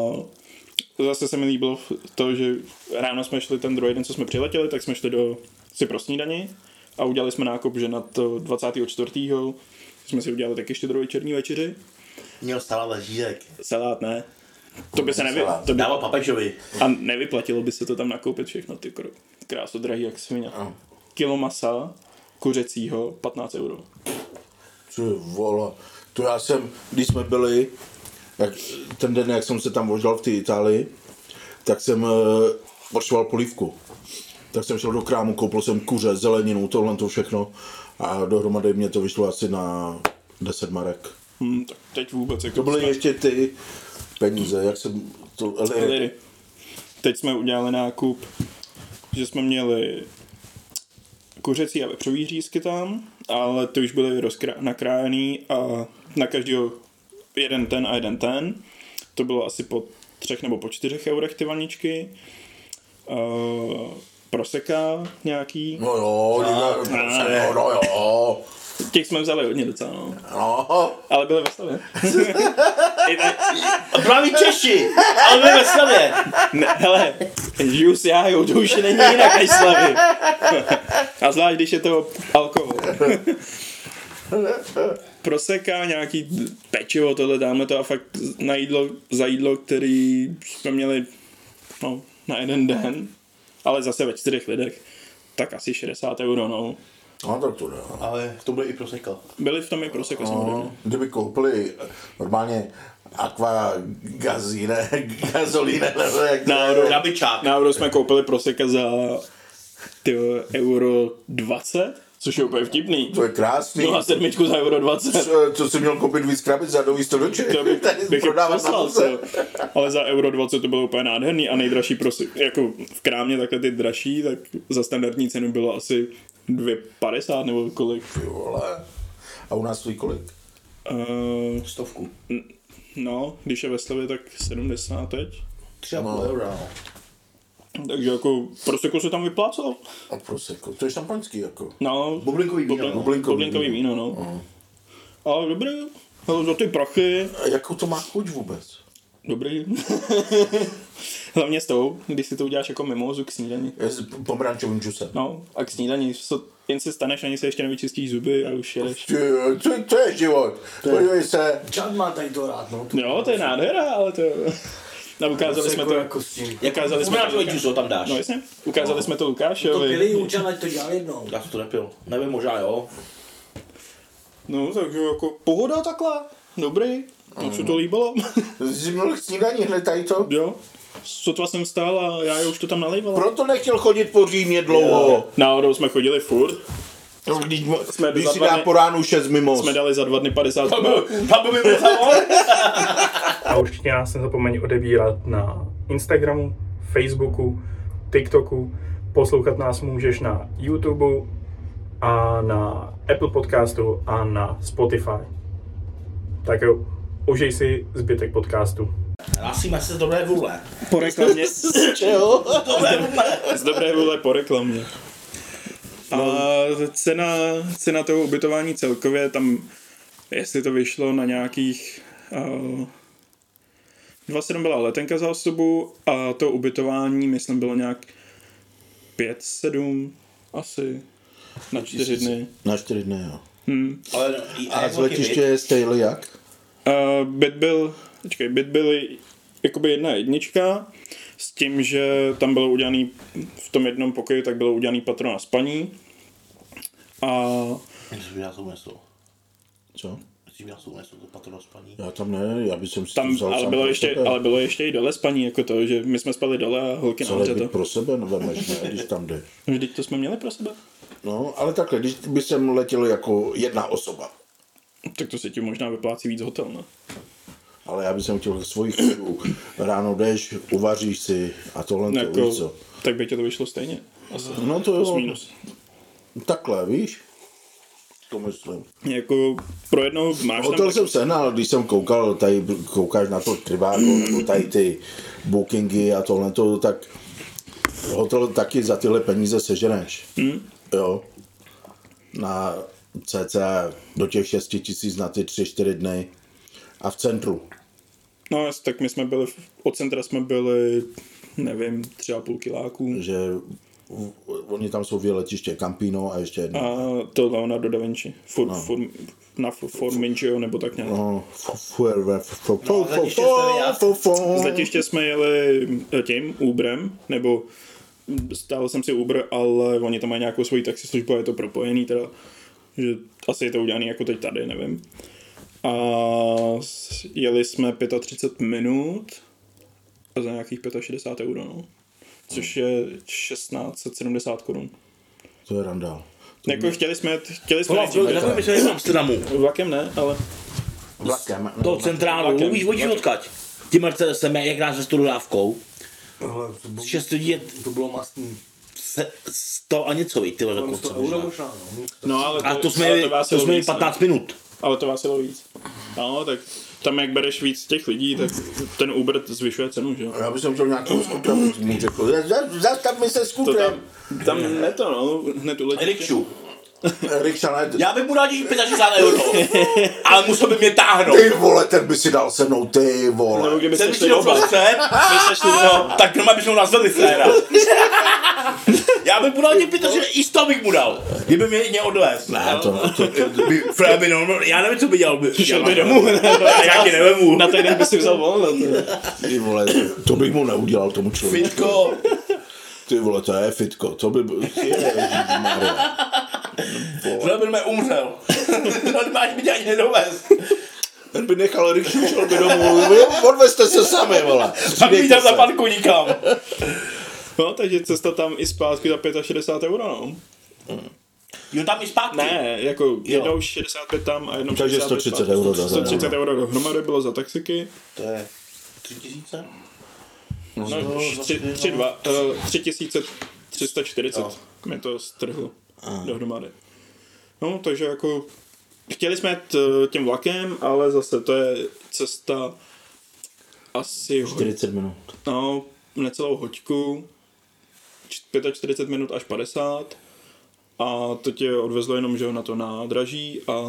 D: zase se mi líbilo v- to, že ráno jsme šli ten druhý den, co jsme přiletěli, tak jsme šli do si pro snídani a udělali jsme nákup, že na to 24. jsme si udělali taky ještě druhý černí večeři.
A: Měl stále ležízek.
D: Salát ne. To by se nevy... to by...
A: Dával papežovi.
D: A nevyplatilo by se to tam nakoupit všechno, ty kro... krásu drahý jak svině. Kilo masa kuřecího 15 euro.
C: Ty vole, to já jsem, když jsme byli, jak, ten den, jak jsem se tam voždal v té Itálii, tak jsem uh, poršoval polívku. Tak jsem šel do krámu, koupil jsem kuře, zeleninu, tohle to všechno a dohromady mě to vyšlo asi na 10 marek.
D: Hm, tak teď vůbec jako
C: To byly ještě ty peníze, jak jsem to...
D: Liry. Teď jsme udělali nákup, že jsme měli kuřecí a vepřový řízky tam, ale ty už byly rozkra- nakrájený a na každého jeden ten a jeden ten. To bylo asi po třech nebo po čtyřech eurech ty vaničky. Uh, proseka nějaký.
C: No jo, no,
D: ne.
C: no, no jo,
D: Těch jsme vzali hodně docela, no.
C: no.
D: Ale byly ve stavě. I tak-
A: A právě Češi! Ale my ve slavě!
D: Ne, hele, juice jájou, to už není jinak než slavy. A zvlášť, když je to alkohol. Proseká nějaký pečivo, tohle dáme to a fakt na jídlo, za jídlo, který jsme měli no, na jeden den, ale zase ve čtyřech lidech, tak asi 60 euro, no.
C: No tak to dá.
A: Ale to bude i proseka.
D: Byli v tom i proseka samozřejmě.
C: No, kdyby koupili normálně aqua gazine, gazolíne, nebo jak to
D: Náhodou.
A: Krabičák.
D: Na euro jsme koupili proseka za tyjo, euro 20, což je úplně vtipný.
C: to je krásný.
D: No a sedmičku za euro 20.
C: Co- Co jsi měl koupit víc krabic a dovíst to do Čech?
D: To bych,
C: Tady
D: bych je
C: prodávat na
D: poslal,
C: puse.
D: jo. Ale za euro 20 to bylo úplně nádherný a nejdražší prosím, jako v krámě takhle ty dražší, tak za standardní cenu bylo asi 2,50 nebo kolik.
C: Ty vole. A u nás stojí kolik?
D: Uh,
A: Stovku.
D: no, když je ve slevě, tak 70 teď.
A: Tři a půl eura, no.
D: Takže jako prostě jako se tam vyplácelo.
C: A prosecco. To je šampaňský jako.
D: No,
A: Bublinkový víno,
D: bublin-
A: no.
D: bublinkový, víno, no. Ale dobrý, ale za ty prachy,
C: A jakou to má chuť vůbec?
D: dobrý. Hlavně s tou, když si to uděláš jako mimozu k snídani.
C: Je s pomrančovým džusem.
D: No, a k snídani, so, jen si staneš, ani se ještě nevyčistíš zuby a už jedeš.
C: Ty, to, to je život. Podívej se.
B: Čad má tady to rád, no.
D: Jo, to je nádhera, ale to... A ukázali jsme to...
B: Jako s tím.
D: Ukázali jsme
A: Znamená,
D: to...
A: že džuso tam dáš.
D: No jasně, ukázali jsme to
B: No, To pili
D: Lukášovi.
B: účel, ať to dělal jednou.
A: Já jsem to nepil. Nevím, možná jo.
D: No, takže jako pohoda takhle. Dobrý, tam se to líbilo.
C: Jsi měl k snídaní hned tady to?
D: jo, sotva jsem stál a já je už to tam nalejvala.
C: Proto nechtěl chodit po Římě dlouho.
D: Náhodou jsme chodili furt,
C: No, Když,
D: Jsme
C: když
D: za
C: si
D: dva
C: dá
D: dny-
C: po ránu šest mimo.
D: jsme dali za dva dny 50
A: Tam by byl tam on.
E: A určitě nás nezapomeň odebírat na Instagramu, Facebooku, TikToku. Poslouchat nás můžeš na YouTube a na Apple Podcastu a na Spotify. Tak jo, užij si zbytek podcastu.
A: Hlásíme se z dobré vůle.
D: po reklamě.
C: Čeho?
A: Dobré vůle.
D: Z dobré vůle po reklamě. No. A cena, cena toho ubytování celkově tam, jestli to vyšlo na nějakých uh, 27 byla letenka za osobu a to ubytování, myslím, bylo nějak 5-7 asi na 4 dny.
C: Na čtyři dny, jo.
A: Ale,
C: A z letiště je stejle jak?
D: Uh, byt byl, počkej, byt byl jakoby jedna jednička, s tím, že tam bylo udělaný, v tom jednom pokoji, tak bylo udělaný patro na spaní. A
A: Já to město.
C: co?
A: Myslím, já souhlasím, to patrno spaní.
C: Já tam ne, já bych si to
D: Tam, ale
C: sám
D: bylo,
C: pro
D: ještě,
C: sebe.
D: ale bylo ještě i dole spaní, jako to, že my jsme spali dole a holky nám
C: Ale ty
D: to.
C: pro sebe nevemeš, ne, když tam jde.
D: Vždyť to jsme měli pro sebe.
C: No, ale takhle, když by sem letěl jako jedna osoba,
D: Tak to se ti možná vyplácí víc hotel, no. ne?
C: ale já bych sem chtěl svojich chvílů. Ráno jdeš, uvaříš si a tohle to,
D: Jako,
C: víš co.
D: tak by tě to vyšlo stejně. Asi.
C: No to
D: Plus
C: jo.
D: minus.
C: Takhle, víš? To myslím.
D: Jako pro jednou máš tam...
C: Hotel jsem sehnal, když jsem koukal, tady koukáš na to Trivago, nebo tady ty bookingy a tohle, to, tak hotel taky za tyhle peníze seženeš. Hmm. Jo. Na cca do těch 6 tisíc na ty 3-4 dny. A v centru.
D: No jas- tak my jsme byli, v- od centra jsme byli, nevím, tři a půl kiláků.
C: Že v- oni tam jsou dvě letiště, Campino a ještě jedno.
D: A to Leonardo da Vinci. Fur, no. fur, na Fu- Formingio nebo tak nějak. No.
C: No, f- f- f- f-
A: No,
C: f-
A: letiště jste
C: f-
A: já-
C: f- f-
D: Z letiště jsme jeli eh, tím, Uberem, nebo stál jsem si Uber, ale oni tam mají nějakou svoji taxislužbu a je to propojený teda. Že asi je to udělané jako teď tady, nevím. A s- jeli jsme 35 minut a za nějakých 65 euro, no. Což je 1670 korun.
C: To je randál.
D: Jako chtěli jsme, jet- chtěli jsme
A: Hola,
D: nejdřív
A: byl,
D: jet
A: takový myslel jsem Amsterdamu.
D: vlakem, ne, ale
C: Vlakem.
A: Do centrálu,
D: Vlakem,
A: víš, vodí
D: vlakem.
A: odkaď. Ty Mercedesem, jak dáš se s tou dodávkou,
B: Tohle, to, bylo,
A: šest lidí je
B: to bylo mastný.
A: se- sto a něco, víš, ty vole,
B: Kolem
A: dokonce.
B: 100 euro možná, no.
D: No, ale
A: A to jsme,
D: ale
A: jeli-
D: vás
A: to
D: jelo
A: jsme jeli
D: víc, ne?
A: 15 minut.
D: Ale to vás jelo víc. No, tak tam jak bereš víc těch lidí, tak ten Uber zvyšuje cenu, že jo?
C: Já bych sem chtěl nějakou jako- skutra, mu řekl, "Za- za- zastav mi se
D: To tam,
C: skutrem.
D: tam ne to, no, hned uletí.
A: Rikšu.
C: Rikša, ne,
A: Já bych mu dal těch 65 euro, ale musel by mě táhnout.
C: ty vole, ten by si dal se mnou, ty
D: Nebo
C: vole.
D: kdybyste
A: Jsem
D: šli
A: šli do
D: oba.
A: prostřed,
D: Kdybyste šli
A: no, tak doma bychom nás vedli séra. Já bych mu dal těch 25, i 100 bych mu dal, kdyby mě, mě odvést.
C: Ne, to,
A: no.
C: to, to, by,
A: Fred eh, by normálně, já nevím, co by dělal. By,
D: Šel
A: já
D: by
A: nevím.
D: domů.
A: Já ti nevemu.
D: Na ten den by si vzal volno. to-
C: ty vole, to bych mu neudělal tomu člověku.
A: Fitko,
C: Ty vole, to je fitko, to by... Ježišmarja.
A: Fred by mě umřel. Normálně by tě ani nedovez.
C: Ten by nechal Rikšu, šel by domů, odvezte se sami, vole.
A: A by
C: Přidejte
A: tam
C: se.
A: za parku nikam.
D: No, takže cesta tam i zpátky za 65 euro, no.
A: Jo, tam i zpátky.
D: Ne, jako jednou 65 tam a jednou
C: Takže
D: 65
C: 130
D: zpátky.
C: euro za-
D: 130 euro dohromady bylo za taxiky.
A: To je 3000?
D: No, tři- tři dva- eh, 3340 mi to strhlo dohromady. No, takže jako chtěli jsme jet eh, tím vlakem, ale zase to je cesta asi ho-
C: 40 minut.
D: no, necelou hoďku, č- 45 minut až 50 a to tě odvezlo jenom, že jo, na to nádraží a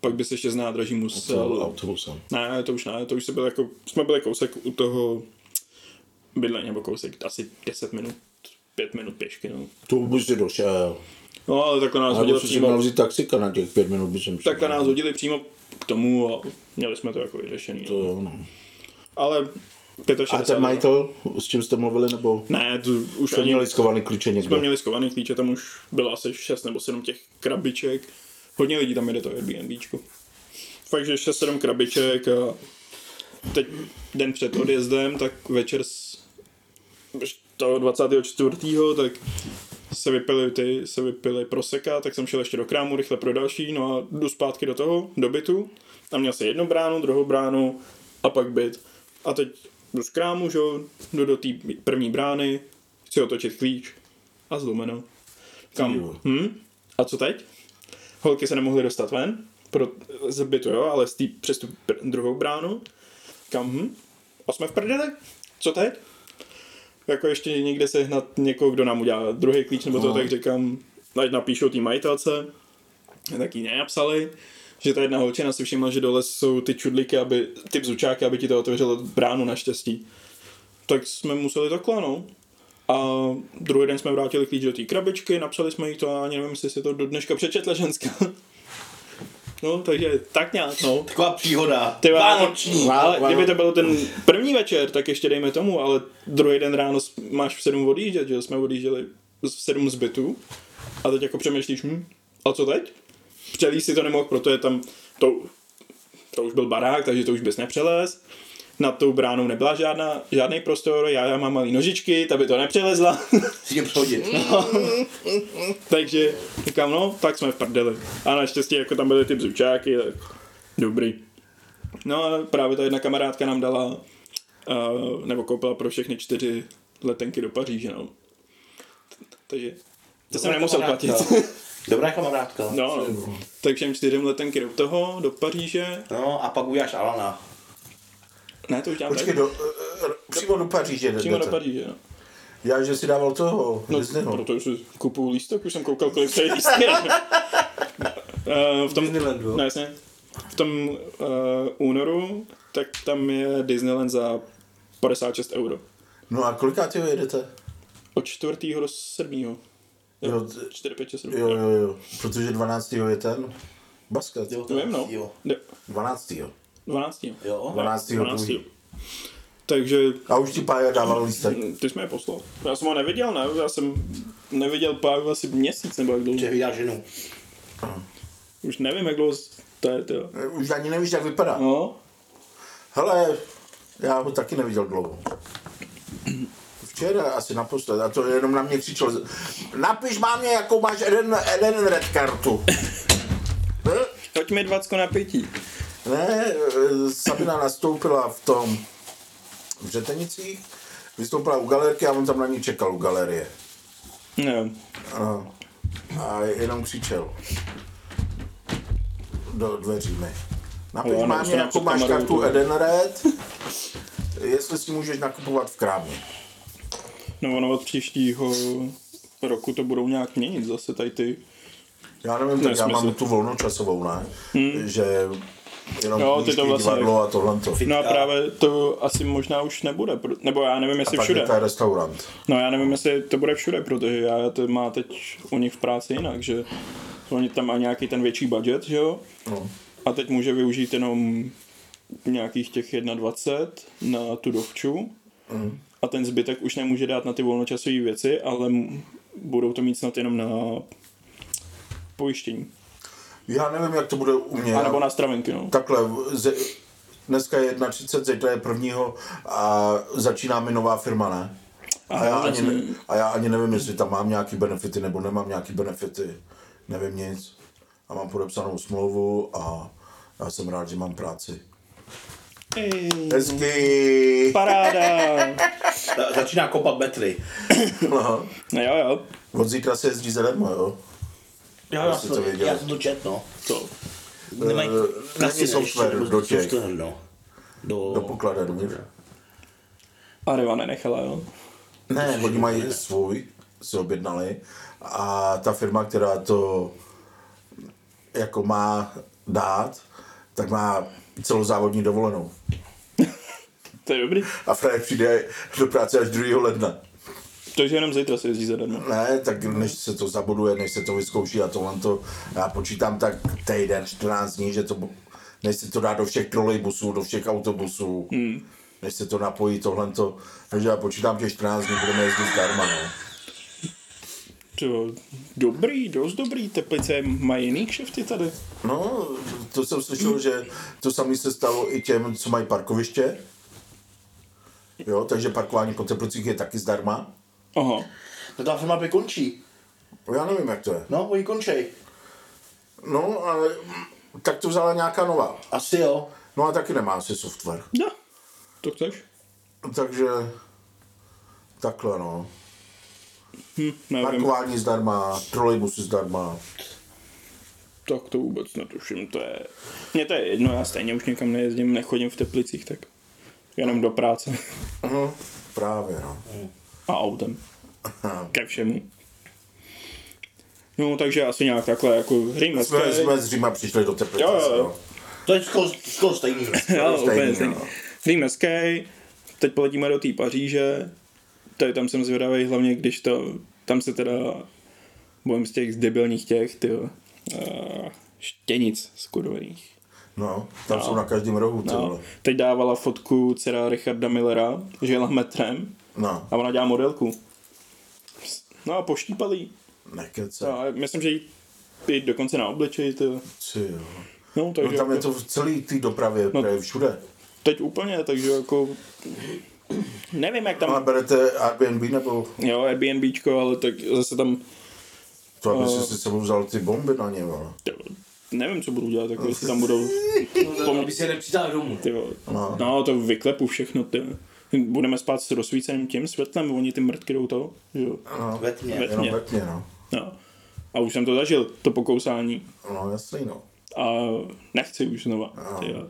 D: pak bys ještě z nádraží
C: Cel
D: musel
C: autobusem.
D: ne, to už ne, to už se byl jako, jsme byli kousek u toho bydlení, nebo kousek asi 10 minut, 5 minut pěšky, no.
C: To by si došel.
D: No, ale takhle nás
C: A
D: hodili
C: by si měl
D: přímo,
C: vzít taxika na těch pět minut, by jsem šel.
D: takhle nás hodili přímo k tomu a měli jsme to jako vyřešený.
C: To
D: To...
C: jo, no.
D: Ale
C: A
D: 65
C: ten Michael, s čím jste mluvili, nebo?
D: Ne, to už
C: To
D: ani
C: měli schovaný klíče někde.
D: jsme měli schovaný klíče, tam už bylo asi 6 nebo 7 těch krabiček. Hodně lidí tam jde to Airbnbčko. Fakt, že 6-7 krabiček a teď den před odjezdem, tak večer z toho 24. tak se vypily, ty, se vypily proseka, tak jsem šel ještě do krámu rychle pro další, no a jdu zpátky do toho, do bytu. A měl jsem jednu bránu, druhou bránu a pak byt. A teď jdu z krámu, že jo, jdu do té první brány, chci otočit klíč a zlomeno. Kam? Hm? A co teď? Holky se nemohly dostat ven, pro, z bytu, jo, ale z té přes tu pr- druhou bránu. Kam? Hm? A jsme v prdeli? Co teď? jako ještě někde sehnat někoho, kdo nám udělá druhý klíč nebo to, tak říkám, ať napíšou té majitelce, tak ji nenapsali, že ta jedna holčina si všimla, že dole jsou ty čudliky, aby, ty bzučáky, aby ti to otevřelo bránu naštěstí. Tak jsme museli takhle, no. A druhý den jsme vrátili klíč do té krabičky, napsali jsme jí to a ani nevím, jestli si to do dneška přečetla ženská. No, takže tak nějak, no.
A: Taková příhoda.
D: Ty vole,
A: Vánoční.
D: Ale kdyby to byl ten první večer, tak ještě dejme tomu, ale druhý den ráno s- máš v sedm odjíždět, že jo? jsme odjížděli v sedm z bytu a teď jako přemýšlíš, hm, a co teď? Přelí si to nemohl, protože tam tou to už byl barák, takže to už bys nepřelez. Nad tou bránou nebyla žádná, žádný prostor, já, já mám malý nožičky, ta by to nepřelezla.
A: si tě přehodit.
D: takže říkám, no, tak jsme v prdeli. A naštěstí, jako tam byly ty bzučáky, tak dobrý. No a právě ta jedna kamarádka nám dala, uh, nebo koupila pro všechny čtyři letenky do Paříže, no. Takže to jsem nemusel platit.
A: Dobrá kamarádka.
D: No, no. tak všem čtyřem letenky do toho, do Paříže.
A: No a pak uděláš Alana.
D: Ne, to už dělám
C: Počkej,
D: tak.
C: do, eh, eh, přímo do Paříže.
D: Přímo do
C: jdete.
D: Paříže, no.
C: Já, že si dával toho, no,
D: No,
C: Disneyho.
D: proto už si kupuju lístek, už jsem koukal, kolik stojí lístky. Eh, v tom,
B: Disneyland, jo?
D: no, jasně. V tom uh, únoru, tak tam je Disneyland za 56 euro.
C: No a kolikátý ho jedete?
D: Od čtvrtýho do sedmýho.
C: Jo,
D: Jo,
C: t-
D: 4, 5, 6, 7.
C: Jo, jo, jo, protože 12. je ten basket.
A: Jo, to
D: Vím, no.
A: Jo.
D: De-
C: 12.
D: 12.
A: Jo.
C: 12.
D: 12.
C: 12.
D: Takže hm,
C: A už ti Pája dával lístek.
D: ty jsi mi je poslal. Já jsem ho neviděl, ne? Já jsem neviděl pár asi měsíc nebo jak dlouho.
A: Že vydá ženu.
D: Už nevím, jak dlouho to je, tyjo.
C: Eh, Už ani nevíš, jak vypadá.
D: No,
C: Hele, já ho taky neviděl dlouho. Včera asi naposled, a to jenom na mě křičel. Napiš mámě, jakou máš jeden, jeden red kartu. Eh,
D: hoď mi 20 na pití.
C: Ne, eh, Sabina nastoupila v tom v Řetenicích, vystoupila u galerky a on tam na ní čekal u galerie.
D: No,
C: Ano. A jenom křičel. Do dveří mi. Napiš
D: Jo,
C: no,
D: ano, už
C: mámě,
D: to nám
C: jakou
D: před
C: máš
D: kamerou
C: kartu
D: to-
C: Edenred, jestli si můžeš nakupovat v krámě.
D: no ono od příštího roku to budou nějak měnit zase tady ty.
C: Já nevím, tak já
D: Nesmysl.
C: mám tu volnou časovou, ne? Hmm. Že jenom
D: Jo,
C: jo,
D: ty to
C: knížky,
D: vlastně-
C: divadlo a tohle to.
D: No a právě to asi možná už nebude, pro- nebo já nevím, jestli
C: Pak je
D: všude.
C: to restaurant.
D: No já nevím, jestli to bude všude, protože já to má teď u nich v práci jinak, že oni tam mají nějaký ten větší budget, že jo?
C: No.
D: A teď může využít jenom nějakých těch 21 na tu dovču. A ten zbytek už nemůže dát na ty volnočasové věci, ale m- budou to mít snad jenom na pojištění.
C: Já nevím, jak to bude u mě.
D: A nebo na stravenky, no.
C: Takhle, ze, dneska je 31, zítra je prvního a začíná mi nová firma, ne? A já, ani,
A: vlastně.
C: ne- a já ani nevím, jestli tam mám nějaký benefity nebo nemám nějaký benefity. Nevím nic. A mám podepsanou smlouvu a já jsem rád, že mám práci.
D: Ej,
C: Hezky!
D: paráda!
A: Ta- Začíná kopat metry.
C: No.
D: No jo, jo.
C: Od zítra se jezdí zadarmo, jo?
A: Já,
C: já jsem to věděl.
A: já jsem to čet, no.
D: To.
A: Nemají
C: Eh,
A: kasy
C: není software
A: ještě,
C: do těch.
A: software, no. Do,
C: Do pokladen, víš?
D: A Reva nenechala, jo.
C: Ne, oni mají svůj, si objednali. A ta firma, která to jako má dát, tak má celou závodní dovolenou.
D: To je dobrý.
C: A frajer přijde do práce až 2. ledna.
D: Takže jenom zítra se jezdí zadarmo.
C: Ne, tak než se to zabuduje, než se to vyzkouší a tohle to, já počítám tak týden, 14 dní, že to, bu- než se to dá do všech trolejbusů, do všech autobusů, hmm. než se to napojí tohle to, takže já počítám těch 14 dní, budeme jezdit zdarma, no.
D: To dobrý, dost dobrý. Teplice mají jiný kšefty tady.
C: No, to jsem slyšel, že to samé se stalo i těm, co mají parkoviště. Jo, takže parkování po Teplicích je taky zdarma.
D: Aha.
A: No ta firma by končí.
C: Já nevím, jak to je.
A: No, oni končej.
C: No, ale mm, tak to vzala nějaká nová.
A: Asi jo.
C: No a taky nemá asi software.
D: No. To chceš?
C: Takže takhle no.
D: Hm, nevím.
C: Parkování zdarma, trolejbusy zdarma.
D: Tak to vůbec netuším, to je... Mně to je jedno, já stejně už nikam nejezdím, nechodím v Teplicích, tak jenom do práce
C: Mhm. Právě no.
D: a autem. Ke všemu. No, takže asi nějak takhle, jako Řím
C: Jsme,
D: hezký.
C: jsme z Říma přišli do Teplice.
D: Jo, jo, jo.
C: no.
A: To je skoro- skoro stejný.
D: Jo,
C: stejný,
D: úplně
C: no.
D: stejný. Řím hezký, teď poletíme do té Paříže, tady tam jsem zvědavý, hlavně když to, tam se teda bojím z těch debilních těch, ty eh, štěnic skurvených.
C: No, tam no. jsou na každém rohu.
D: No.
C: No.
D: Teď dávala fotku dcera Richarda Millera, že jela metrem
C: no.
D: a ona dělá modelku. No a No, poštípal jí.
C: Nekece.
D: No, a myslím, že jí i dokonce na obličeji, ty.
C: Ty jo.
D: No, takže
C: No, tam je
D: jako-
C: to v celé té dopravě, no. všude.
D: Teď úplně, takže jako... Nevím, jak
C: Ale
D: tam...
C: No berete Airbnb nebo
D: Jo, Airbnbčko, ale tak zase tam...
C: to, aby si si sebou vzal ty bomby na ně, vole.
D: Ty vole, Nevím, co budu dělat, jako jestli tam budou...
B: No, aby si je nepřitáhl domů.
D: Ty vole.
C: No.
D: No, to vyklepu všechno, ty. vole. Budeme spát s rozsvíceným tím světlem, oni ty mrtky jdou to, že jo.
C: No,
A: Ve tmě.
D: Ve
C: jenom
D: tmě.
C: ve tmě, no.
D: No. A už jsem to zažil, to pokousání.
C: No, jasný, no.
D: A nechci už znova. Ty vole.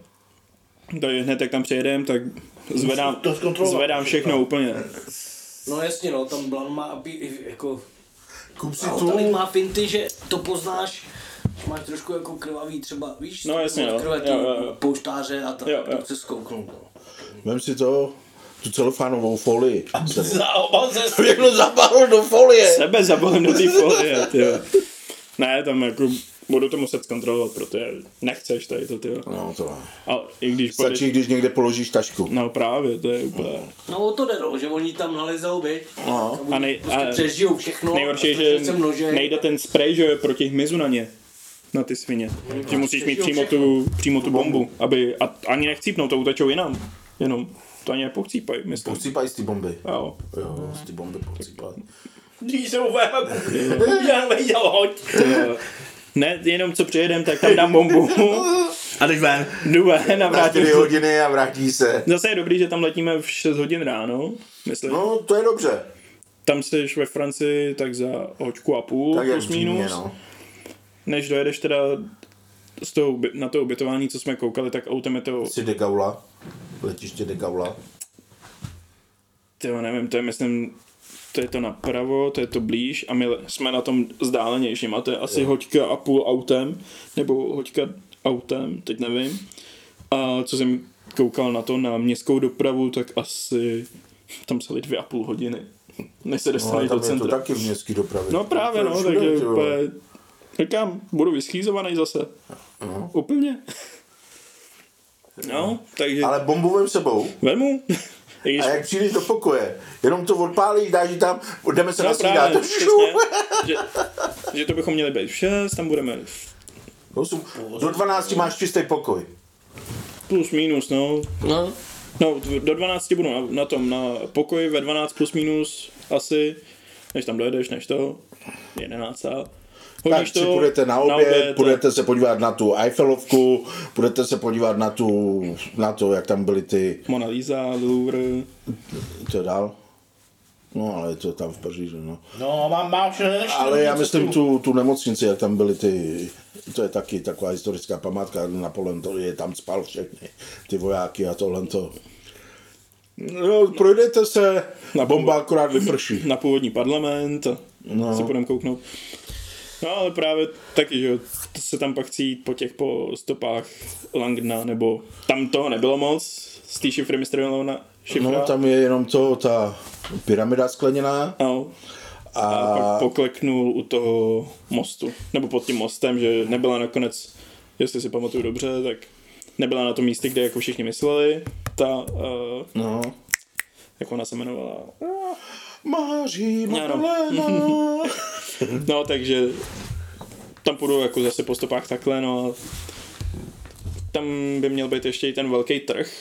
D: Takže hned, jak tam přijedem, tak zvedám,
A: to zkontrolovat.
D: zvedám všechno úplně.
B: No jasně, no, tam Blan má, aby, jako,
C: Kup si
B: a
C: tu.
B: hotelik má finty, že to poznáš, že máš trošku jako krvavý třeba, víš,
D: No jasně, jo.
B: krve ty
D: Jo, jo, jo.
B: pouštáře a tak,
D: Jo, jo.
B: to chce zkouknout. no.
C: Vem si to, tu celofánovou folii.
A: Za, on se
C: Všechno zabalil do folie.
D: Sebe zabalím do té folie, ty vole. Ne, tam jako budu to muset zkontrolovat, protože nechceš tady to, ty vole.
C: No, to ne.
D: Ale i když půjdeš...
C: Stačí, když někde položíš tašku.
D: No právě, to je úplně...
B: No o to jde, no, že oni tam nalezou, byť,
C: No.
D: A nej,
B: prostě
D: a
B: přežijou všechno,
D: nejhorší
B: a
D: je,
B: strašně
D: že
B: se množej.
D: nejde ten spray, že jo, proti hmyzu na ně. Na ty svině. Že musíš mít přímo tu, přímo tu bombu, aby... A ani nechcípnou, to utečou jinam. Jenom. To ani nepochcípají, myslím.
C: Pocípají z ty bomby.
D: Jo.
C: Jo, z ty bomby pocípají.
A: Když se mu veme, já nevěděl, hoď.
D: To- Ne, jenom co přijedem, tak tam dám bombu.
A: A teď ven.
D: Jdu ven a vrátím
C: Čtyři
D: se.
C: hodiny a vrátí se.
D: Zase je dobrý, že tam letíme v 6 hodin ráno, myslím. No.
C: No, to je dobře.
D: Tam seš ve Francii tak za hoďku a půl,
C: Tak
D: tak
C: jak
D: plus
C: v Římě,
D: minus.
C: no.
D: Než dojedeš teda z toho, uby- na to ubytování, co jsme koukali, tak autem je to,
C: Jsi de Gaula. Letiště de Gaula.
D: tyjo, nevím, to je myslím, to je to napravo, to je to blíž a my le- jsme na tom vzdálenějším a to je asi hoďka a půl autem, nebo hoďka autem, teď nevím. A co jsem koukal na to, na městskou dopravu, tak asi tam se dvě a půl hodiny, než se
C: No,
D: dostaneš do
C: ale tam je to
D: centra.
C: taky v městské dopravě.
D: No právě,
C: To je
D: no,
C: všude,
D: takže
C: ty vole.
D: úplně, říkám, budu vyschýzovaný zase. Úplně. No, takže Ale...
C: Ale bombu vem sebou.
D: vemu. I když,
C: A jak přijdeš do pokoje, jenom to odpálíš, dáš ji tam, jdeme se
D: no
C: na
D: právě,
C: snídat.
D: přesně, že, že, to bychom měli být v 6, tam budeme v
C: Osm- No, Do 12 máš čistý pokoj.
D: plus minus, no.
B: No,
D: No, v- do 12 budu na, na tom, na pokoji ve 12 plus minus asi, než tam dojedeš, než to, 11 a
C: Tak
D: hodíš
C: si
D: to
C: půjdete na oběd,
D: a-
C: půjdete se podívat na tu Eiffelovku, půjdete se podívat na tu, na to, jak tam byly ty,
D: Mona Lisa, Louvre,
C: to dál. No, ale je to tam v Paříži, no.
A: No, mám, mám všechno ještě.
C: Ale já myslím tu, tu nemocnici, jak tam byly ty, to je taky taková historická památka, Napoleon to je tam spal všechny, ty vojáky a tohle to. No, projdete se, na bomba akorát vyprší.
D: na původní parlament a
C: No.
D: no. se půjdeme kouknout. No ale právě taky, že jo, t- se tam pak chci jít po těch po stopách Langna, nebo tam toho nebylo moc, z té šifry Mr. Lona šifra.
C: No, tam je jenom to, ta pyramida skleněná
D: no.
C: a,
D: A pak pokleknul u toho mostu, nebo pod tím mostem, že nebyla nakonec, jestli si pamatuju dobře, tak nebyla na tom místě, kde jako všichni mysleli, ta, uh,
C: no.
D: jak ona se jmenovala,
C: Máří
D: Ano.
C: Magdalena.
D: No, takže tam půjdu jako zase po stopách takhle, no a tam by měl být ještě i ten velký trh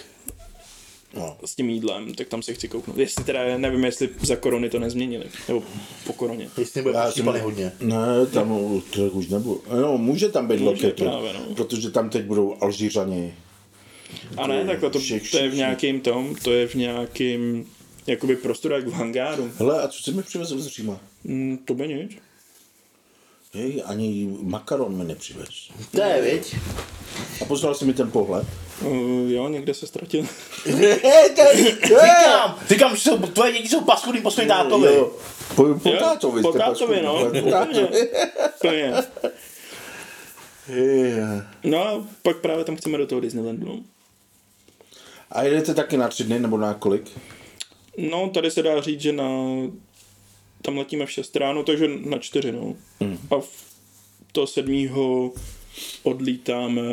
C: No.
D: s tím jídlem, tak tam se chci kouknout. Jestli teda, nevím, jestli za korony to nezměnili, nebo po koroně.
A: Jestli bude
C: Já
A: poštípaný
C: jsem-
A: hodně.
C: Ne, tam u- to už nebudu. No, může tam být loket,
D: právě, no.
C: protože tam teď budou Alžířani.
D: A ne, takhle to,
C: Všech-
D: to je v
C: všech-
D: nějakým tom, to je v nějakým jakoby prostoru jak v hangáru.
C: Hele, a co jsi mi přivezl z Říma?
D: Mm, to by nic.
C: Hej, ani makaron mi nepřivez.
A: To je, viď?
C: A poslal jsi mi ten pohled?
D: Uh, jo, někde se ztratil.
A: Říkám, říkám, že jsou, tvoje děti jsou paskudný po svém tátovi.
C: Jo, Po, po
D: Jo,
C: tátovi.
D: po
C: jste
D: tátovi,
C: paskudní,
D: no.
C: ale po tátovi.
D: Úplně. Úplně.
C: Hej,
D: No a pak právě tam chceme do toho Disneylandu. no.
C: A jedete taky na tři dny nebo na kolik?
D: No, tady se dá říct, že na... Tam letíme v 6 ráno, takže na 4, no. Mm. A v to 7. odlítáme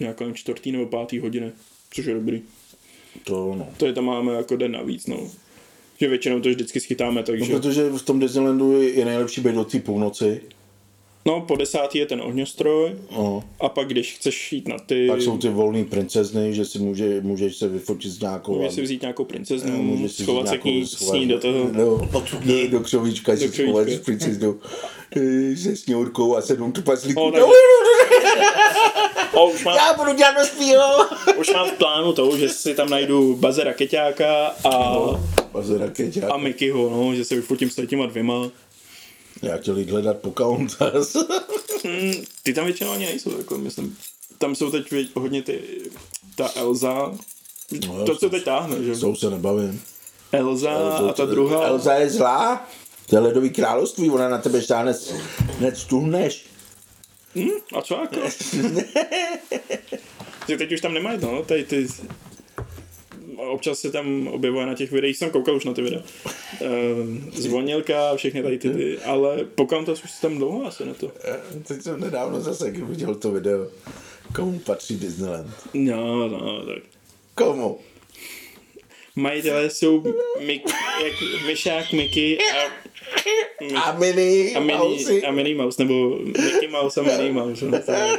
D: nějakou čtvrtý nebo pátý hodiny, což je dobrý.
C: To no.
D: To je tam máme jako den navíc, no. Že většinou to vždycky schytáme,
C: No,
D: takže...
C: protože v tom Disneylandu je je nejlepší být do té půlnoci,
D: No, po desátý je ten ohňostroj
C: No.
D: a pak, když chceš jít na ty,
C: Pak jsou ty volný princezny, že si může, můžeš se vyfotit s nějakou...
D: můžeš si vzít nějakou princeznu,
C: můžeš si
D: Mm, schovat se k ní, s ní do toho.
C: No, do, do křovíčka si
D: křovíčka.
C: schovat s princeznou eh, se sněhurkou a sedm trpaslíků.
D: O,
C: No,
D: takže- O, už mám,
A: Já budu dělat dospího.
D: už mám v plánu to, že si tam najdu Baze Rakeťáka a,
C: Bazera Keďa.
D: a Mikyho, no, že se vyfotím s těma dvěma.
C: Já chtěl jít hledat Pocahontas.
D: Mm, ty tam většinou ani nejsou, jako myslím. Tam jsou teď vě- hodně ty, ta Elza,
C: No,
D: to, co teď táhne, že?
C: S tou se nebavím.
D: Elza a ta
C: Elza-
D: druhá.
C: Elza je zlá. To je ledový království, ona na tebe štáhne, s- hned stuhneš.
D: A co jako? že teď už tam nemají, no, tady ty... Občas se tam objevuje na těch videích, jsem koukal už na ty videa. Ehm, Zvonilka a všechny tady ty, ty ale Pocahontas už se tam dlouho asi na to.
C: Eh, Teď jsem nedávno zase viděl to video. Komu patří Disneyland?
D: No, no, tak.
C: Komu?
D: Majitelé jsou Mik, jak Myšák, Mickey a, Mm.
C: A mini,
D: a, Minnie,
C: Mousy.
D: a Minnie Mouse, nebo Mickey Mouse a Minnie Mouse. No, to, je,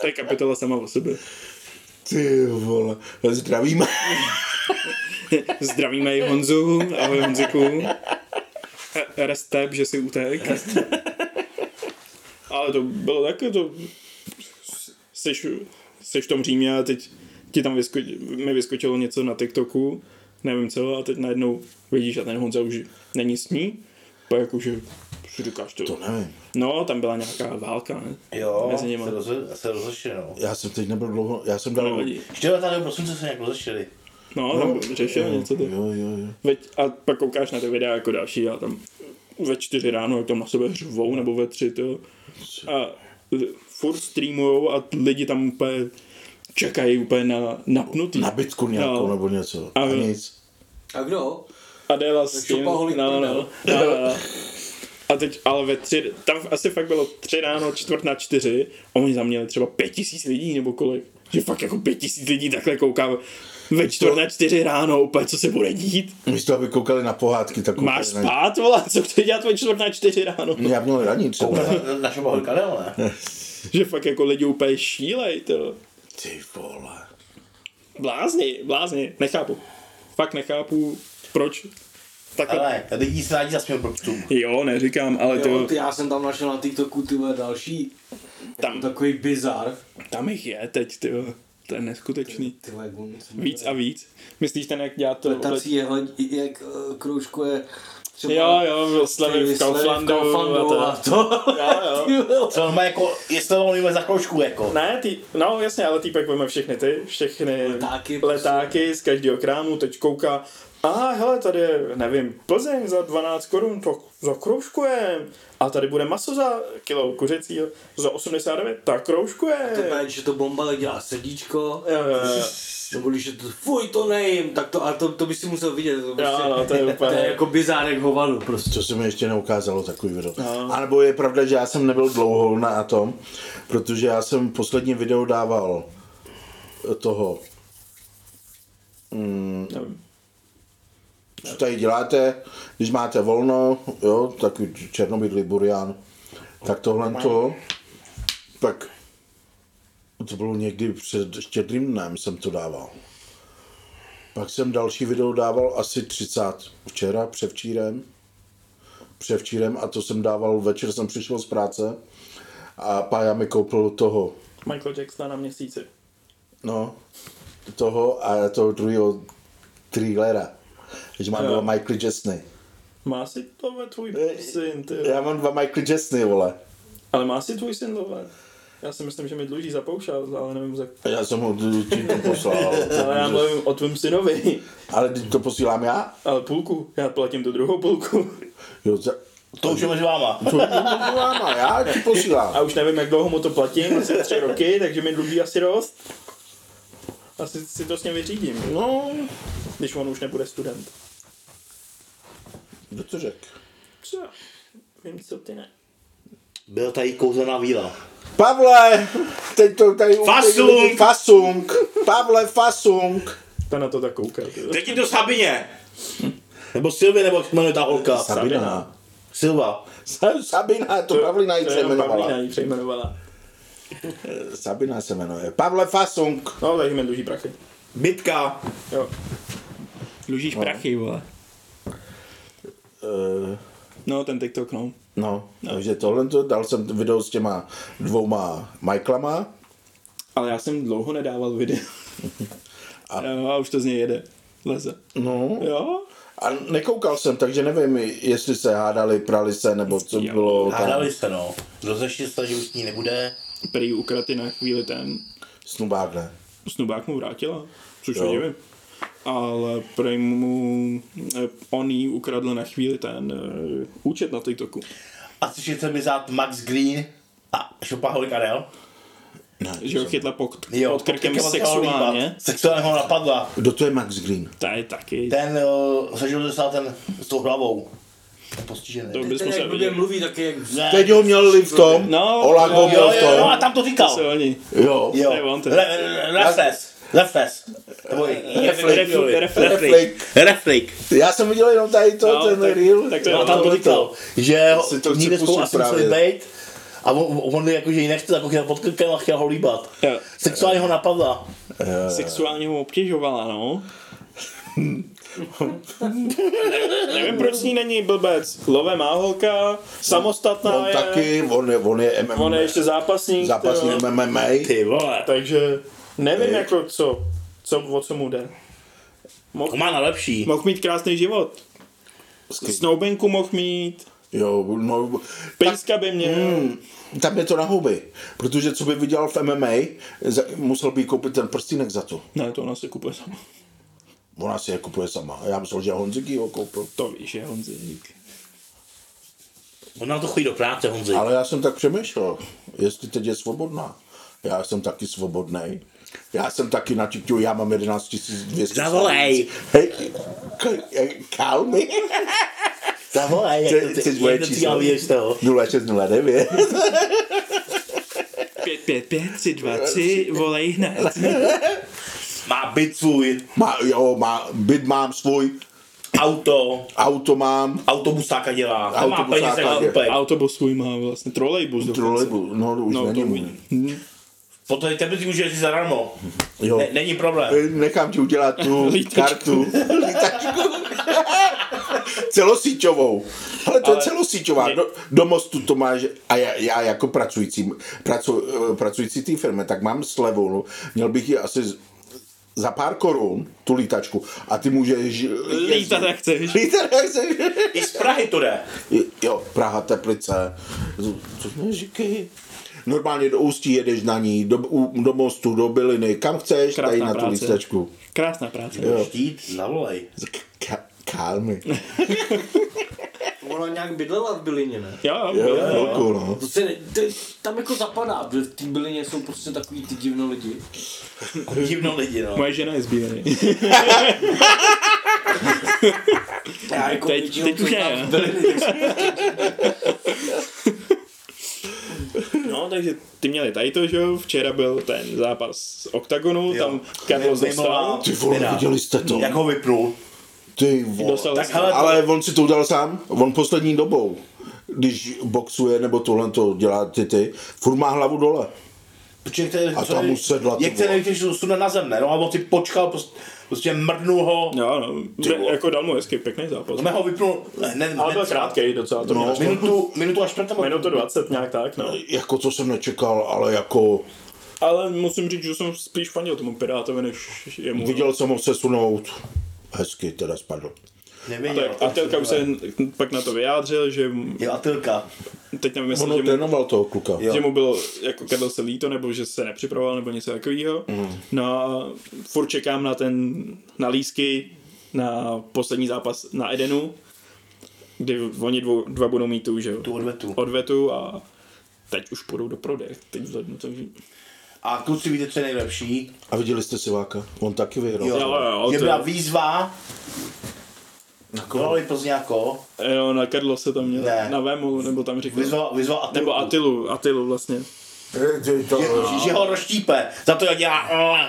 D: to je kapitola sama o sobě.
C: Ty vole, zdravíme.
D: Zdravíme i Honzu, ahoj Honziku. E- Restep, že si utek. Ale to bylo takové, to... Seš, seš v tom Římě a teď ti tam vysko, mi vyskočilo něco na TikToku, nevím co, a teď najednou vidíš a ten Honza už není s ní, pak jakože si říkáš to.
C: To nevím.
D: No, tam byla nějaká válka, ne?
A: Jo,
D: Mezi
A: No, se,
D: nimi.
A: rozho- se rozhošili, no.
C: Já jsem teď nebyl dlouho, já jsem dal...
D: Nevadí.
A: Čtyři tady prosince se nějak rozhošili.
D: No, tam řešil něco to.
C: Jo, jo, jo.
D: Veď, a pak koukáš na ty videa jako další a tam ve čtyři ráno, jak tam na sebe řvou, nebo ve tři, to. A l- furt streamujou a t- lidi tam úplně čekají úplně na napnutý.
C: Nabitku nějakou
D: No.
C: nebo něco. A
D: A jo.
C: nic.
B: A kdo?
D: Adela s tím, no,
B: šopaholik
D: no,
B: prdel.
D: no, no. A teď, ale ve tři, tam asi fakt bylo tři ráno, čtvrt na čtyři a oni tam měli třeba pět tisíc lidí nebo kolik. Že fakt jako pět tisíc lidí takhle kouká ve čtvrt na čtyři ráno, úplně co se bude dít.
C: Místo, aby koukali na pohádky, tak koukali
D: Máš
C: na-
D: spát, vole, co chce dělat ve čtvrt na čtyři ráno?
B: Hmm.
C: Já měl raní třeba.
A: Na- Naše boholka, nebo ne?
D: že fakt jako lidi úplně šílej, to.
C: Ty vole.
D: Blázni, blázni, nechápu. Fakt nechápu, proč takhle... Ale...
A: Ale lidi se rádi zasměl pro ptům.
D: Jo, neříkám, ale
B: Jo,
D: to,
B: ty, já jsem tam našel na TikToku ty vole, další
D: tam,
B: takový bizar.
D: tam jich je teď, ty jo. To je neskutečný.
B: Ty vole, jak on se jmenuje?
D: Víc a víc. Myslíš ten, jak dělá to...
B: Letací je, hod- jak eh, kroužkuje třeba
D: Jo, jo,
B: ty
D: slavy v
B: slevy
D: Kauflandu.
B: Kauflandu
D: a
B: a
D: to.
B: to.
D: Jo, jo.
B: Ty vole.
A: Co normálně jako, jestli to mluvíme za kroužku, jako.
D: Ne, ty, no jasně, ale týpek veme všechny ty, všechny
B: Letáky,
D: letáky z každého krámu, teď kouká, a hele, tady je, nevím, Plzeň za 12 korun, to zakroužkujem. A tady bude maso za kilo kuřecí za 89, tak
B: To
D: kroužkujem.
B: je, když je to bomba, ale dělá srdíčko.
D: Jo, jo, jo.
B: Nebo když je to, fuj, to nejím, tak to, a to, to by si musel vidět. To, prostě,
D: no, to je úplně-
B: to je jako bizárek hovadu prostě.
C: To se mi ještě neukázalo takový video. No. A nebo je pravda, že já jsem nebyl dlouho na tom, protože já jsem poslední video dával toho. mm,
D: Nevím.
C: Co tady děláte, když máte volno, jo, takový černobydlý burián, tak tohle to, tak to bylo někdy před štědrým dnem jsem to dával. Pak jsem další video dával asi 30 včera, převčírem. Převčírem a to jsem dával, večer jsem přišel z práce a Pája mi koupil toho,
D: Michael Jackson na měsíci.
C: no, toho a toho druhého thrillera. Že mám
D: Jo.
C: dva Michael Jessny.
D: Má si to ve tvůj syn, ty.
C: Já mám dva Michael Jessny, vole.
D: Ale má si tvůj syn, tohle. Já si myslím, že mi dluží za poušal, ale nevím za...
C: A Já jsem ho tím to poslal.
D: Ale já mluvím o tvém synovi.
C: Ale teď to posílám já?
D: Ale půlku, já platím tu druhou půlku.
C: Jo, za-
A: To už je mezi váma.
C: to, to, posílám a já ti posílám.
D: A už nevím, jak dlouho mu to platím, asi tři roky, takže mi dluží asi dost. Asi si to s ním vyřídím,
C: No,
D: když on už nebude student.
C: kdo to řekl?
D: Co? Vím, co ty ne.
A: Byl tady kouzelná víla.
C: Pavle, teď to tady...
A: Fasung!
C: Fasung! Pavle, Fasung!
D: Ta na to tak kouká.
A: Teď je to Sabině. Nebo Silvi, nebo jak se jmenuje ta holka.
C: Sabina.
A: Silva.
C: Sa- Sabina, to Pavlina ji
A: To je jenom
C: přejmenovala.
A: Pavlína ji přejmenovala.
C: Sabina se jmenuje. Pavle Fasung,
D: No, takže mi dluží prachy.
A: Bitka.
D: Jo. No.
F: Dlužíš prachy, vole.
C: eh,
D: No, ten TikTok, no.
C: No, takže tohle to, dal jsem video s těma dvouma Michaelama,
D: Ale já jsem dlouho nedával video. A, jo, a už to z něj jede. Leze.
C: no,
D: Jo?
C: a nekoukal jsem, takže nevím, jestli se hádali, prali se, nebo co
D: Jo.
C: bylo tam,
A: Hádali se, no. Rozešli se, že už s ní nebude.
D: Prý ukraty na chvíli ten
C: snubádle.
D: snubák mu vrátila, což
C: Jo.
D: jo. nevím. Ale prej mu eh, on jí ukradl na chvíli ten uh, účet na TikToku.
A: A slyšeli jsem mi zát Max Green a Šopahol Karel.
C: Ne,
D: Že ho chytla pod,
A: Jo,
D: pod krkem
A: se ho
D: sexuálně.
A: líbat. Sexuálně ho napadla.
C: Kdo to je Max Green?
D: To je taky.
A: Ten, uh, snažil se ten s tou hlavou. Ten postižený.
D: To bys
B: Ten jak
D: musel
B: blbě
D: vidět.
B: mluví, tak je jak...
A: Ne.
C: Teď ho měl v tom,
D: No,
C: Olak ho
D: jo,
C: měl
A: Jo,
C: v
A: jo, jo, a
C: tom,
A: tam to říkal.
D: Se oni.
C: jo.
A: Jo.
D: To je on, to je-
A: Le- le- Reflex. Reflex. Nebo
D: Refl- refl-
C: Reflik.
A: Reflex.
C: Já jsem viděl jenom tady to,
D: No,
C: ten
D: tak-
C: reel.
D: tak to je
A: No,
D: No,
A: tam to říkal, že
C: Si to chci
A: někde spolu
C: pustit
A: asi museli
C: právě.
A: být a on, on jakože ji nechce, tak ho chytal pod krkem a chtěl ho líbat.
D: Jo.
A: Sexuálně ho napadla.
D: Sexuálně ho obtěžovala, no. Ne- Nevím, proč s ní není blbec. Love má holka, samostatná
C: On
D: je,
C: taky, on je, on je MMA,
D: on je ještě zápasník.
C: zápasní
D: jo.
C: MMA.
A: Ty vole,
D: Takže nevím, jako co, co, o co mu jde.
A: to jako má na lepší.
D: Mohl mít krásný život. Snoubenku mohl mít,
C: Jo, no, tak
D: pejska by měl. Mm.
C: Tam je to na huby, protože co by vydělal v MMA, za, musel by jí koupit ten prstínek za to.
D: Ne, to ona si kupuje sama.
C: Ona si je kupuje sama. Já myslel, že Honzik jí ho koupil.
D: To víš, je Honzík.
A: On na to chodí do práce, Honzi.
C: Ale já jsem tak přemýšlel, jestli teď je svobodná. Já jsem taky svobodný. Já jsem taky na TikToku, já mám 11 200.
A: Zavolej.
C: sledujících. Hej, kalmy.
A: Zavolej,
C: To
A: jak
C: je-
A: to
C: to je
A: ty,
C: moje
A: jak to ty
C: číslo.
A: já víš toho.
C: 0609.
F: 5, 5, 5, 3, 2, 3, volej hned.
A: Má byt svůj,
C: Má, jo, má, byt mám svůj,
A: auto,
C: auto mám,
A: autobusáka dělá. To má
C: Autobusáka
A: peníze na
C: dělá.
A: kupek.
D: Autobus svůj má vlastně, trolejbus dokonce.
C: trolejbu, no už
D: No,
C: no,
D: to
C: není
D: můj.
C: můj.
A: Potom i tebe ty můžeš jít zadarmo.
C: Jo.
A: Ne, není problém.
C: Eh, Nechám ti udělat tu
D: Lítačku.
C: kartu. Lítačku. celosíťovou. Ale to je celosíťová. Do, do mostu to máš a já, já jako pracující, pracu, eh, pracující té firmy, tak mám slevu. no. Měl bych ji asi z- za pár korun, tu lítačku, a ty můžeš... jezdit.
F: Lítat jak chceš.
C: Lítat jak chceš.
A: I z Prahy to jde.
C: Jo, Praha, Teplice, co jsme říkají? Normálně do Ústí jedeš na ní, do, u- do mostu, do Byliny, kam chceš,
D: Krásná
C: tady na tu
D: práce.
C: lístačku.
F: Krásná práce.
C: Jo.
A: Štít, zavolej.
C: Ka- Kálmy.
B: Ona nějak bydlela v bylině, ne?
D: Jo, jo,
C: Jo,
D: jo.
C: chvilku, no.
B: To se ne, to, tam jako zapadá, protože v té bylině jsou prostě takový ty divno lidi.
A: Divno lidi, no.
D: Moje žena je z Bíliny.
B: Já jako
F: Teď-
B: většinou,
F: teď
B: co
F: už ne,
B: znám
F: jo.
B: z byliny, tak jsem-
D: No, takže ty měli tady to, že jo? Včera byl ten zápas Octagonu,
A: Jo.
D: tam Carlos
A: Mimo-
D: dostal.
A: mimo-
C: Ty vole,
A: Teda.
C: viděli jste to?
A: Jak ho vypnul.
C: Ty vole.
D: Jako Dostal
A: Tak hele,
C: Ale on si to udělal sám, on poslední dobou, když boxuje nebo tohle to dělá ty ty, furt má hlavu dole.
A: Protože chce,
C: A tam mu sedla, ty
A: Jak se
C: vole.
A: nevíte, že sune na zem, ne? No a on si počkal, prostě, prostě mrdnul ho. No.
D: Jo, no,
C: vole.
D: ne, jako dal mu hezký, pěkný zápas.
A: Mé ho vypnul hned,
D: Ale byl
A: hned
D: krátkej docela, to
C: No.
D: no. měl
A: Minutu, minutu až čtvrtá.
D: minutu 20 nějak tak, no.
C: Jako to jsem nečekal, ale jako
D: Ale musím říct, že jsem spíš fandil tomu Pirátovi, než jemu.
C: viděl jsem ho sesunout. Hezky teda spadl.
A: Nevěděl.
D: Tak, a Telka už se pak na to vyjádřil, že
A: Jo, a Tylka.
D: teď nevím, jestli,
C: On ho
D: že mu,
C: trénoval toho kluka.
A: Jo.
D: že mu bylo jako kadl se líto, nebo že se nepřipravoval, nebo něco takového. No a furt čekám na ten, na lísky, na poslední zápas na Edenu, kdy oni dvou, dva budou mít tu, že jo,
A: Tu odvetu.
D: odvetu a teď už půjdou do prodeje, teď v lednu, takže...
A: A kluci víte, co je nejlepší.
C: A viděli jste Siváka? On taky vyhrál.
A: Jo,
D: Jo, jo,
A: že
D: to-
A: byla výzva. Volali Plzňáko.
D: Jo, na Karlo se tam měl,
A: Ne.
D: na Vému, nebo tam říkal.
A: Vyzval, vyzval Atylku.
D: Nebo Atilu, Atilu vlastně.
A: Že, že, ho rozštípe. Za to, jak dělá...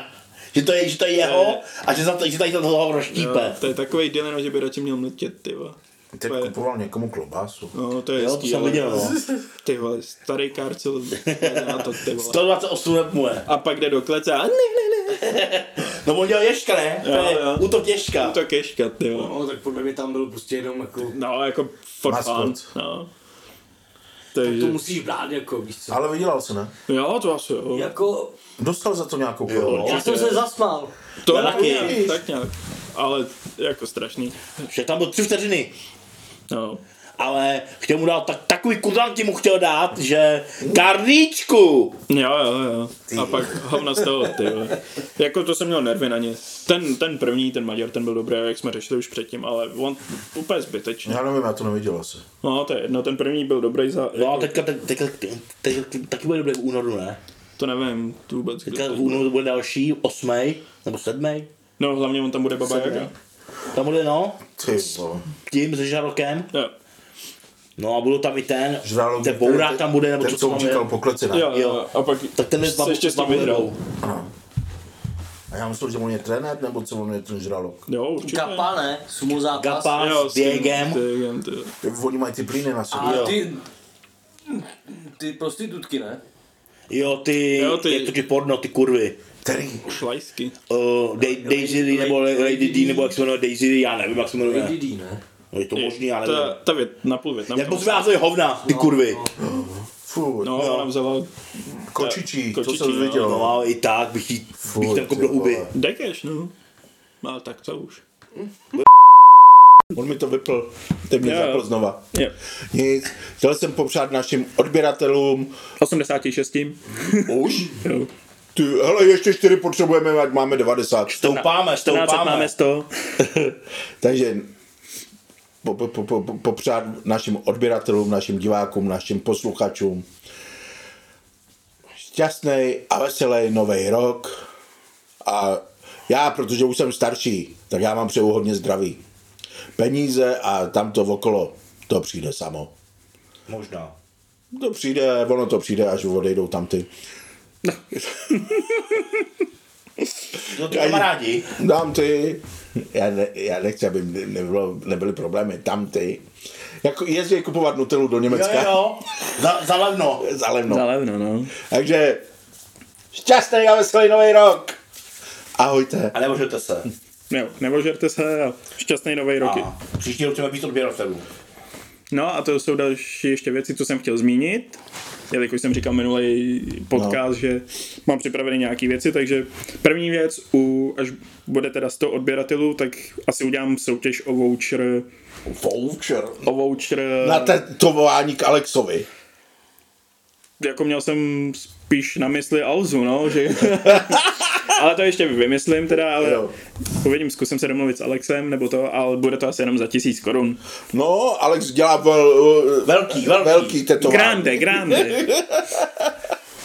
A: Že to je, že to je jeho a že, za to, že tady toho ho rozštípe.
D: To je takový Dylan, že by radši měl mlčet, ty vole.
C: Teď kupoval někomu klobásu.
D: No, to je
A: Jo, to
D: hezký,
A: jsem
D: ale-
A: viděl, no.
D: Ty vole, starý karcel, jde na to, ty vole.
A: 128 let mu je.
D: A pak jde do klece a ne, ne, ne.
A: No on dělal ješka, ne? To
D: Jo,
A: je
D: jo.
A: útok ješka.
D: To keška, ty vole.
B: No, tak podle mě tam byl prostě jenom jako...
D: No, jako for fun,
C: Maskot.
D: no. Takže,
B: To musíš brát jako, víš co.
C: Ale vydělal se, ne?
D: jo, to asi jo.
B: Jako,
C: Dostal za to nějakou korunu.
B: já jsem se zasmál.
D: To
A: Já taky.
D: nějak, tak nějak. Ale jako strašný.
A: Že tam byl tři vteřiny.
D: No.
A: Ale chtěl mu dát tak, takový kudanti mu chtěl dát, že karničku.
D: Jo, jo, jo. A pak hovna z toho, ty vole. Jako to jsem měl nervy na ně. Ten, ten první, ten Maďar, ten byl dobrý, jak jsme řešili už předtím, ale on úplně zbytečný.
C: Já nevím, já to neviděl asi.
D: No, to je jedno, ten první byl dobrý za...
A: No a teďka, teďka, teďka, teďka taky bude dobrý v únoru, ne?
D: To nevím, to vůbec. kdo
A: Teďka
D: to
A: v
D: bude.
A: únoru bude další, osmej, nebo sedmej.
D: No, hlavně on tam bude Baba
A: Sedmý.
D: Jaga.
A: Tam bude, no,
C: Ty vole.
A: tím se žarokem.
D: Jo,
A: No a budou tam i ten,
C: Žralok,
A: ten bourák
C: ten-
A: tam bude, nebo
C: ten,
A: co,
C: co
A: co tam je.
C: utíkal po kleci, ne?
D: jo,
A: Jo.
D: jo. A pak
A: Tak ten je
D: se ještě s tím vyhrou.
C: A já myslel, že on je trenér, nebo co on je ten žralok.
D: Jo, určitě.
B: Gapa, ne? Sumo zápas.
A: Gapa
D: Jo,
A: s Diegem.
D: Diegem, ty. jo.
C: Jak Oni mají ty plíny na sobě.
B: A
A: Jo.
B: ty... Ty prostitutky, ne?
A: Jo, ty,
D: Jo, ty-
A: jak to ti porno, ty kurvy.
C: Který?
D: Šlajsky.
A: Uh, Dej- Daisy D, nebo
B: Lady-
A: Lady D,
B: Lady
A: nebo jak se jmenuje Daisy D, já nevím, jak se jmenuje.
B: Lady D, ne?
A: No, je to možný, já nevím. Jako
D: Ta, ta vět, napůl Větnam.
A: Jak moc vázej hovna,
C: No,
A: ty kurvy.
C: Fů,
D: No,
C: no,
D: ona vzala
C: kočičí, to
D: kočičí,
C: jsem
D: no.
C: viděl.
A: No ale i tak bych jí, bych
C: Fuj,
A: tam
C: ty
A: kopl huby.
C: vole.
D: dekeš, no. No, tak to už.
C: On mi to vypl, ten mě
D: Jo,
C: zapl
D: jo.
C: znova.
D: Jo.
C: Nic, chtěl jsem popřát našim odběratelům,
D: 86.
C: už,
D: Jo.
C: ty, hele, ještě čtyři potřebujeme, ať máme 90.
A: Stoupáme,
F: 14
A: stoupáme.
F: máme 100.
C: Takže po, po, po, po, po- popřát našim odběratelům, našim divákům, našim posluchačům šťastný a veselý nový rok. A já, protože už jsem starší, tak já mám přeju hodně zdraví. Peníze a tam to okolo, to přijde samo.
A: Možná.
C: To přijde, ono to přijde, až odejdou tam ty.
A: No ty kamarádi.
C: Dám ty. Já, ne, já nechci, aby ne- nebylo, nebyly problémy. Tam ty. Jako jezdí kupovat Nutellu do
A: Jo,
C: Německa.
A: jo, jo. Za, za levno.
C: Za levno.
F: Zalevno, no.
C: Takže šťastný a veselý nový rok. Ahojte.
A: A nemůžete se.
D: Jo, nevožerte se a šťastný nový roky.
A: A příští rok chceme být odběratelů.
D: No a to jsou další ještě věci, co jsem chtěl zmínit. Jelikož jsem říkal minulý podcast, no. že mám připravené nějaké věci, takže první věc, u, až bude teda 100 odběratelů, tak asi udělám soutěž o voucher,
C: Voucher.
D: o voucher,
C: Na tetování k Alexovi.
D: jako měl jsem spíš na mysli Alzu, no, že... ale to ještě vymyslím teda, ale
C: Jo.
D: uvidím, zkusím se domluvit s Alexem nebo to, ale bude to asi jenom za tisíc korun.
C: No, Alex dělá vel,
A: Velký, velký.
C: velký tetování.
D: Grande, grande.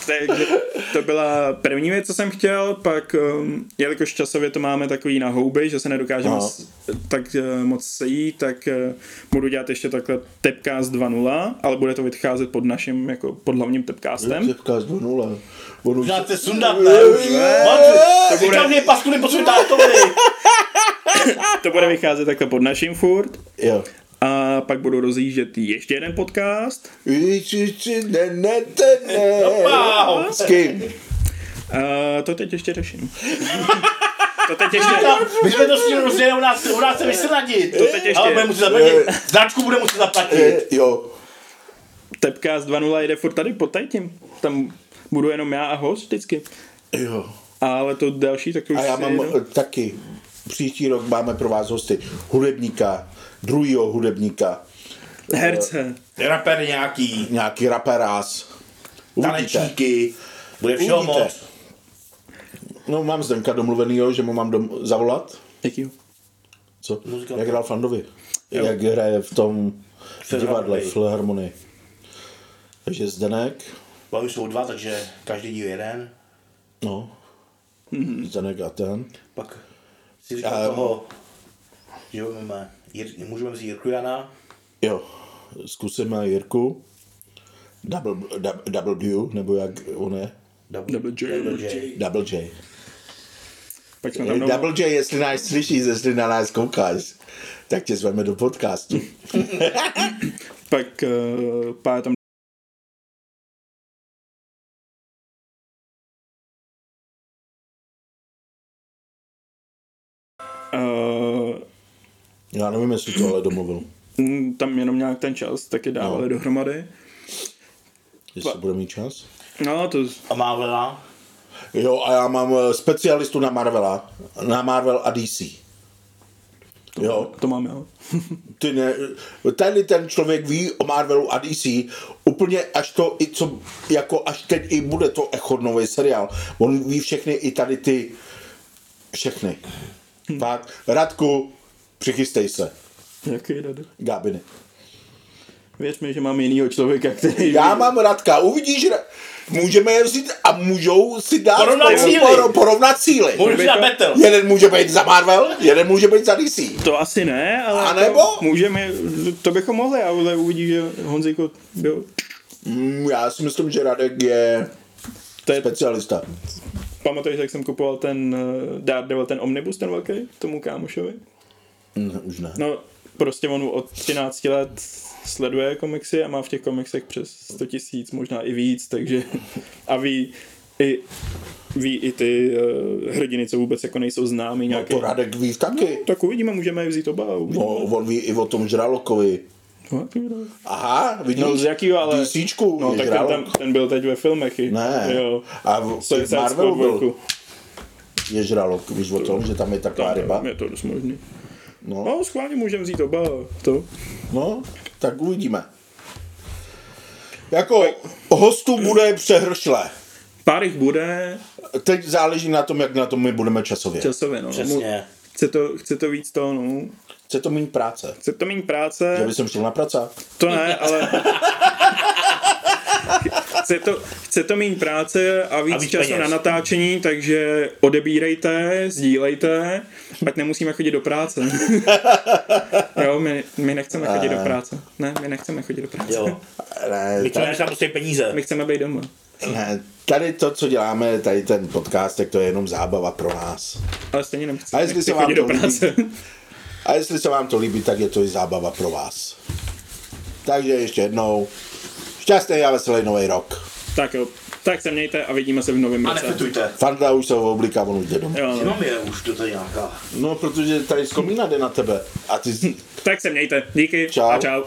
D: Takže to byla první věc, co jsem chtěl, pak, um, jelikož časově to máme takový na houby, že se nedokážeme
C: Aha.
D: s, tak uh, moc sejít, tak uh, budu dělat ještě takhle Tepcast 2.0, ale bude to vycházet pod naším, jako pod hlavním Tepcastem.
C: Těpka z 2.0. Budu...
A: Možná se sundat, ne? Už. Matře, Říkám, že je paskudy posvětá to
D: To bude vycházet takhle pod naším furt.
C: Jo.
D: A pak budu rozjíždět ještě jeden podcast.
C: Či, či, či, ne, ne, ne, ne.
A: Wow.
C: S kým?
D: A Eh, to teď ještě řeším. To teď ještě...
A: My jsme to s tím rozdělili, u nás, u nás se vysradit. To
D: teď ještě.
A: Ale budeme muset zaplatit. Značku budeme muset zaplatit.
C: Eh, Jo.
D: Tepcast 2.0 jde furt tady pod tady tím. Tam budu jenom já a host vždycky.
C: Jo.
D: Ale to další, tak to už
C: A já
D: si
C: mám
D: jedu.
C: eh, taky. Příští rok máme pro vás hosty hudebníka, druhýho hudebníka, eh,
D: herce.
A: Raper nějaký,
C: nějaký raperás. Uvidíte.
A: tanečníky, bude všeho
C: Uvidíte.
A: moc.
C: No mám Zdenka domluvenýho, že mu mám dom- zavolat.
D: Jakýho?
C: Co?
A: Muzikant.
C: Jak hrál Fandovi. Jak hraje v tom divadle
A: Filharmonii.
C: Filharmonii. Takže Zdenek,
A: Baví jsou dva, takže každý díl jeden.
C: no.
A: Mhm.
C: Zdenek a ten.
A: Pak si říkal
C: Já-
A: toho, že máme, Jir- můžeme vzít Jirku Jana,
C: Jo, zkusíme Jirku. Double, dub, double Dew, nebo jak on je?
A: Double,
D: Double J.
A: Double J.
C: Double J.
D: Pak
A: No,
D: jsme tam domů,
C: Double J, jestli nás slyšíš, jestli na nás koukáš, tak tě zveme do podcastu.
D: pak uh, pár tam Eh,
C: Já nevím, jestli tohle domluvil.
D: mm, tam jenom nějak ten čas taky dávali
C: No.
D: no. dohromady.
C: Jestli bude mít čas.
D: No, to
A: A Marvela.
C: Jo, a já mám eh, specialistu na Marvela. Na Marvel a DC. Jo,
D: To mám já.
C: ty ne, tady ten člověk ví o Marvelu a DC úplně až to, i co, jako až teď i bude to Echod nový seriál. On ví všechny i tady ty, všechny. Tak, Radku, přichystej se,
D: Jaký rady?
C: Gábiny.
D: Věř mi, že mám jinýho člověka, který...
C: Já mám Radka, uvidíš, Ra- můžeme je vzít a můžou si dát
A: Porovnat
C: poro-
A: síly.
C: poro- porovnat síly.
A: Můžu si dát Battle.
C: Jeden může být za Marvel, jeden může být za DC.
D: To asi ne, ale
C: A nebo?
D: To můžeme, to bychom mohli, ale uvidí, že Honzíko byl...
C: Mm, Já si myslím, že Radek je
D: To je,
C: specialista.
D: pamatuješ, jak jsem kupoval ten eh, Daredevil, ten Omnibus, ten velký, tomu kámošovi?
C: Ne, Mm, už ne.
D: No, prostě on od 13 let sleduje komiksy a má v těch komiksech přes 100 tisíc, možná i víc, takže a ví i, ví i ty uh, hrdiny, co vůbec jako nejsou známí nějaké.
C: To Radek ví taky.
D: tak uvidíme, můžeme je vzít oba. a uvidíme.
C: No, on ví i o tom žralokovi.
D: No, ty vole.
C: Aha, vidíš?
D: No, z jakýho, ale-
C: DCčku,
D: No,
C: je
D: tak ten,
C: žralok.
D: tam, ten, byl teď ve filmech. i.
C: Ne.
D: Jo.
C: A v,
D: Co je
C: v Marvelu byl,
D: byl?
C: je žralok. Víš o tom, že tam je taková ryba?
D: Je to dost možný.
C: No.
D: No, schválně můžeme vzít oba. To.
C: No, tak uvidíme. Jako hostů bude přehršle.
D: Pár jich bude
C: Teď záleží na tom, jak na tom my budeme časově.
D: časově, no.
A: Přesně.
D: Chce to, chce to víc toho, no.
C: Chce to mít práce.
D: Chce to méně práce.
C: Já bych sem šel na praca.
D: To ne, ale... Chce to, chce to méně práce a víc,
A: A víc
D: času
A: peněz.
D: na natáčení, takže odebírejte, sdílejte, ať nemusíme chodit do práce. jo, my, my nechceme chodit
C: Eh.
D: do práce. Ne, my nechceme chodit do práce.
A: Jo.
C: Ne,
A: My
C: tak-
A: chceme tam prostě peníze.
D: My chceme být doma.
C: ne, tady to, co děláme, tady ten podcast, tak to je jenom zábava pro nás.
D: Ale stejně nechci,
C: A jestli
D: nechci
C: se vám
D: chodit do
C: to líbí?
D: práce.
C: A jestli se vám to líbí, tak je to i zábava pro vás. Takže ještě jednou, šťastný a veselý nový rok.
D: tak jo, tak se mějte a vidíme se v novém
A: A
D: roce.
A: nefetujte.
C: Fanda už se obliká, on už jde domů.
D: Jo, no.
A: Jenom je už to tady nějaká.
C: No, protože tady z komína jde na tebe. A ty
D: Tak se mějte. Díky
C: Čau.
D: a čau.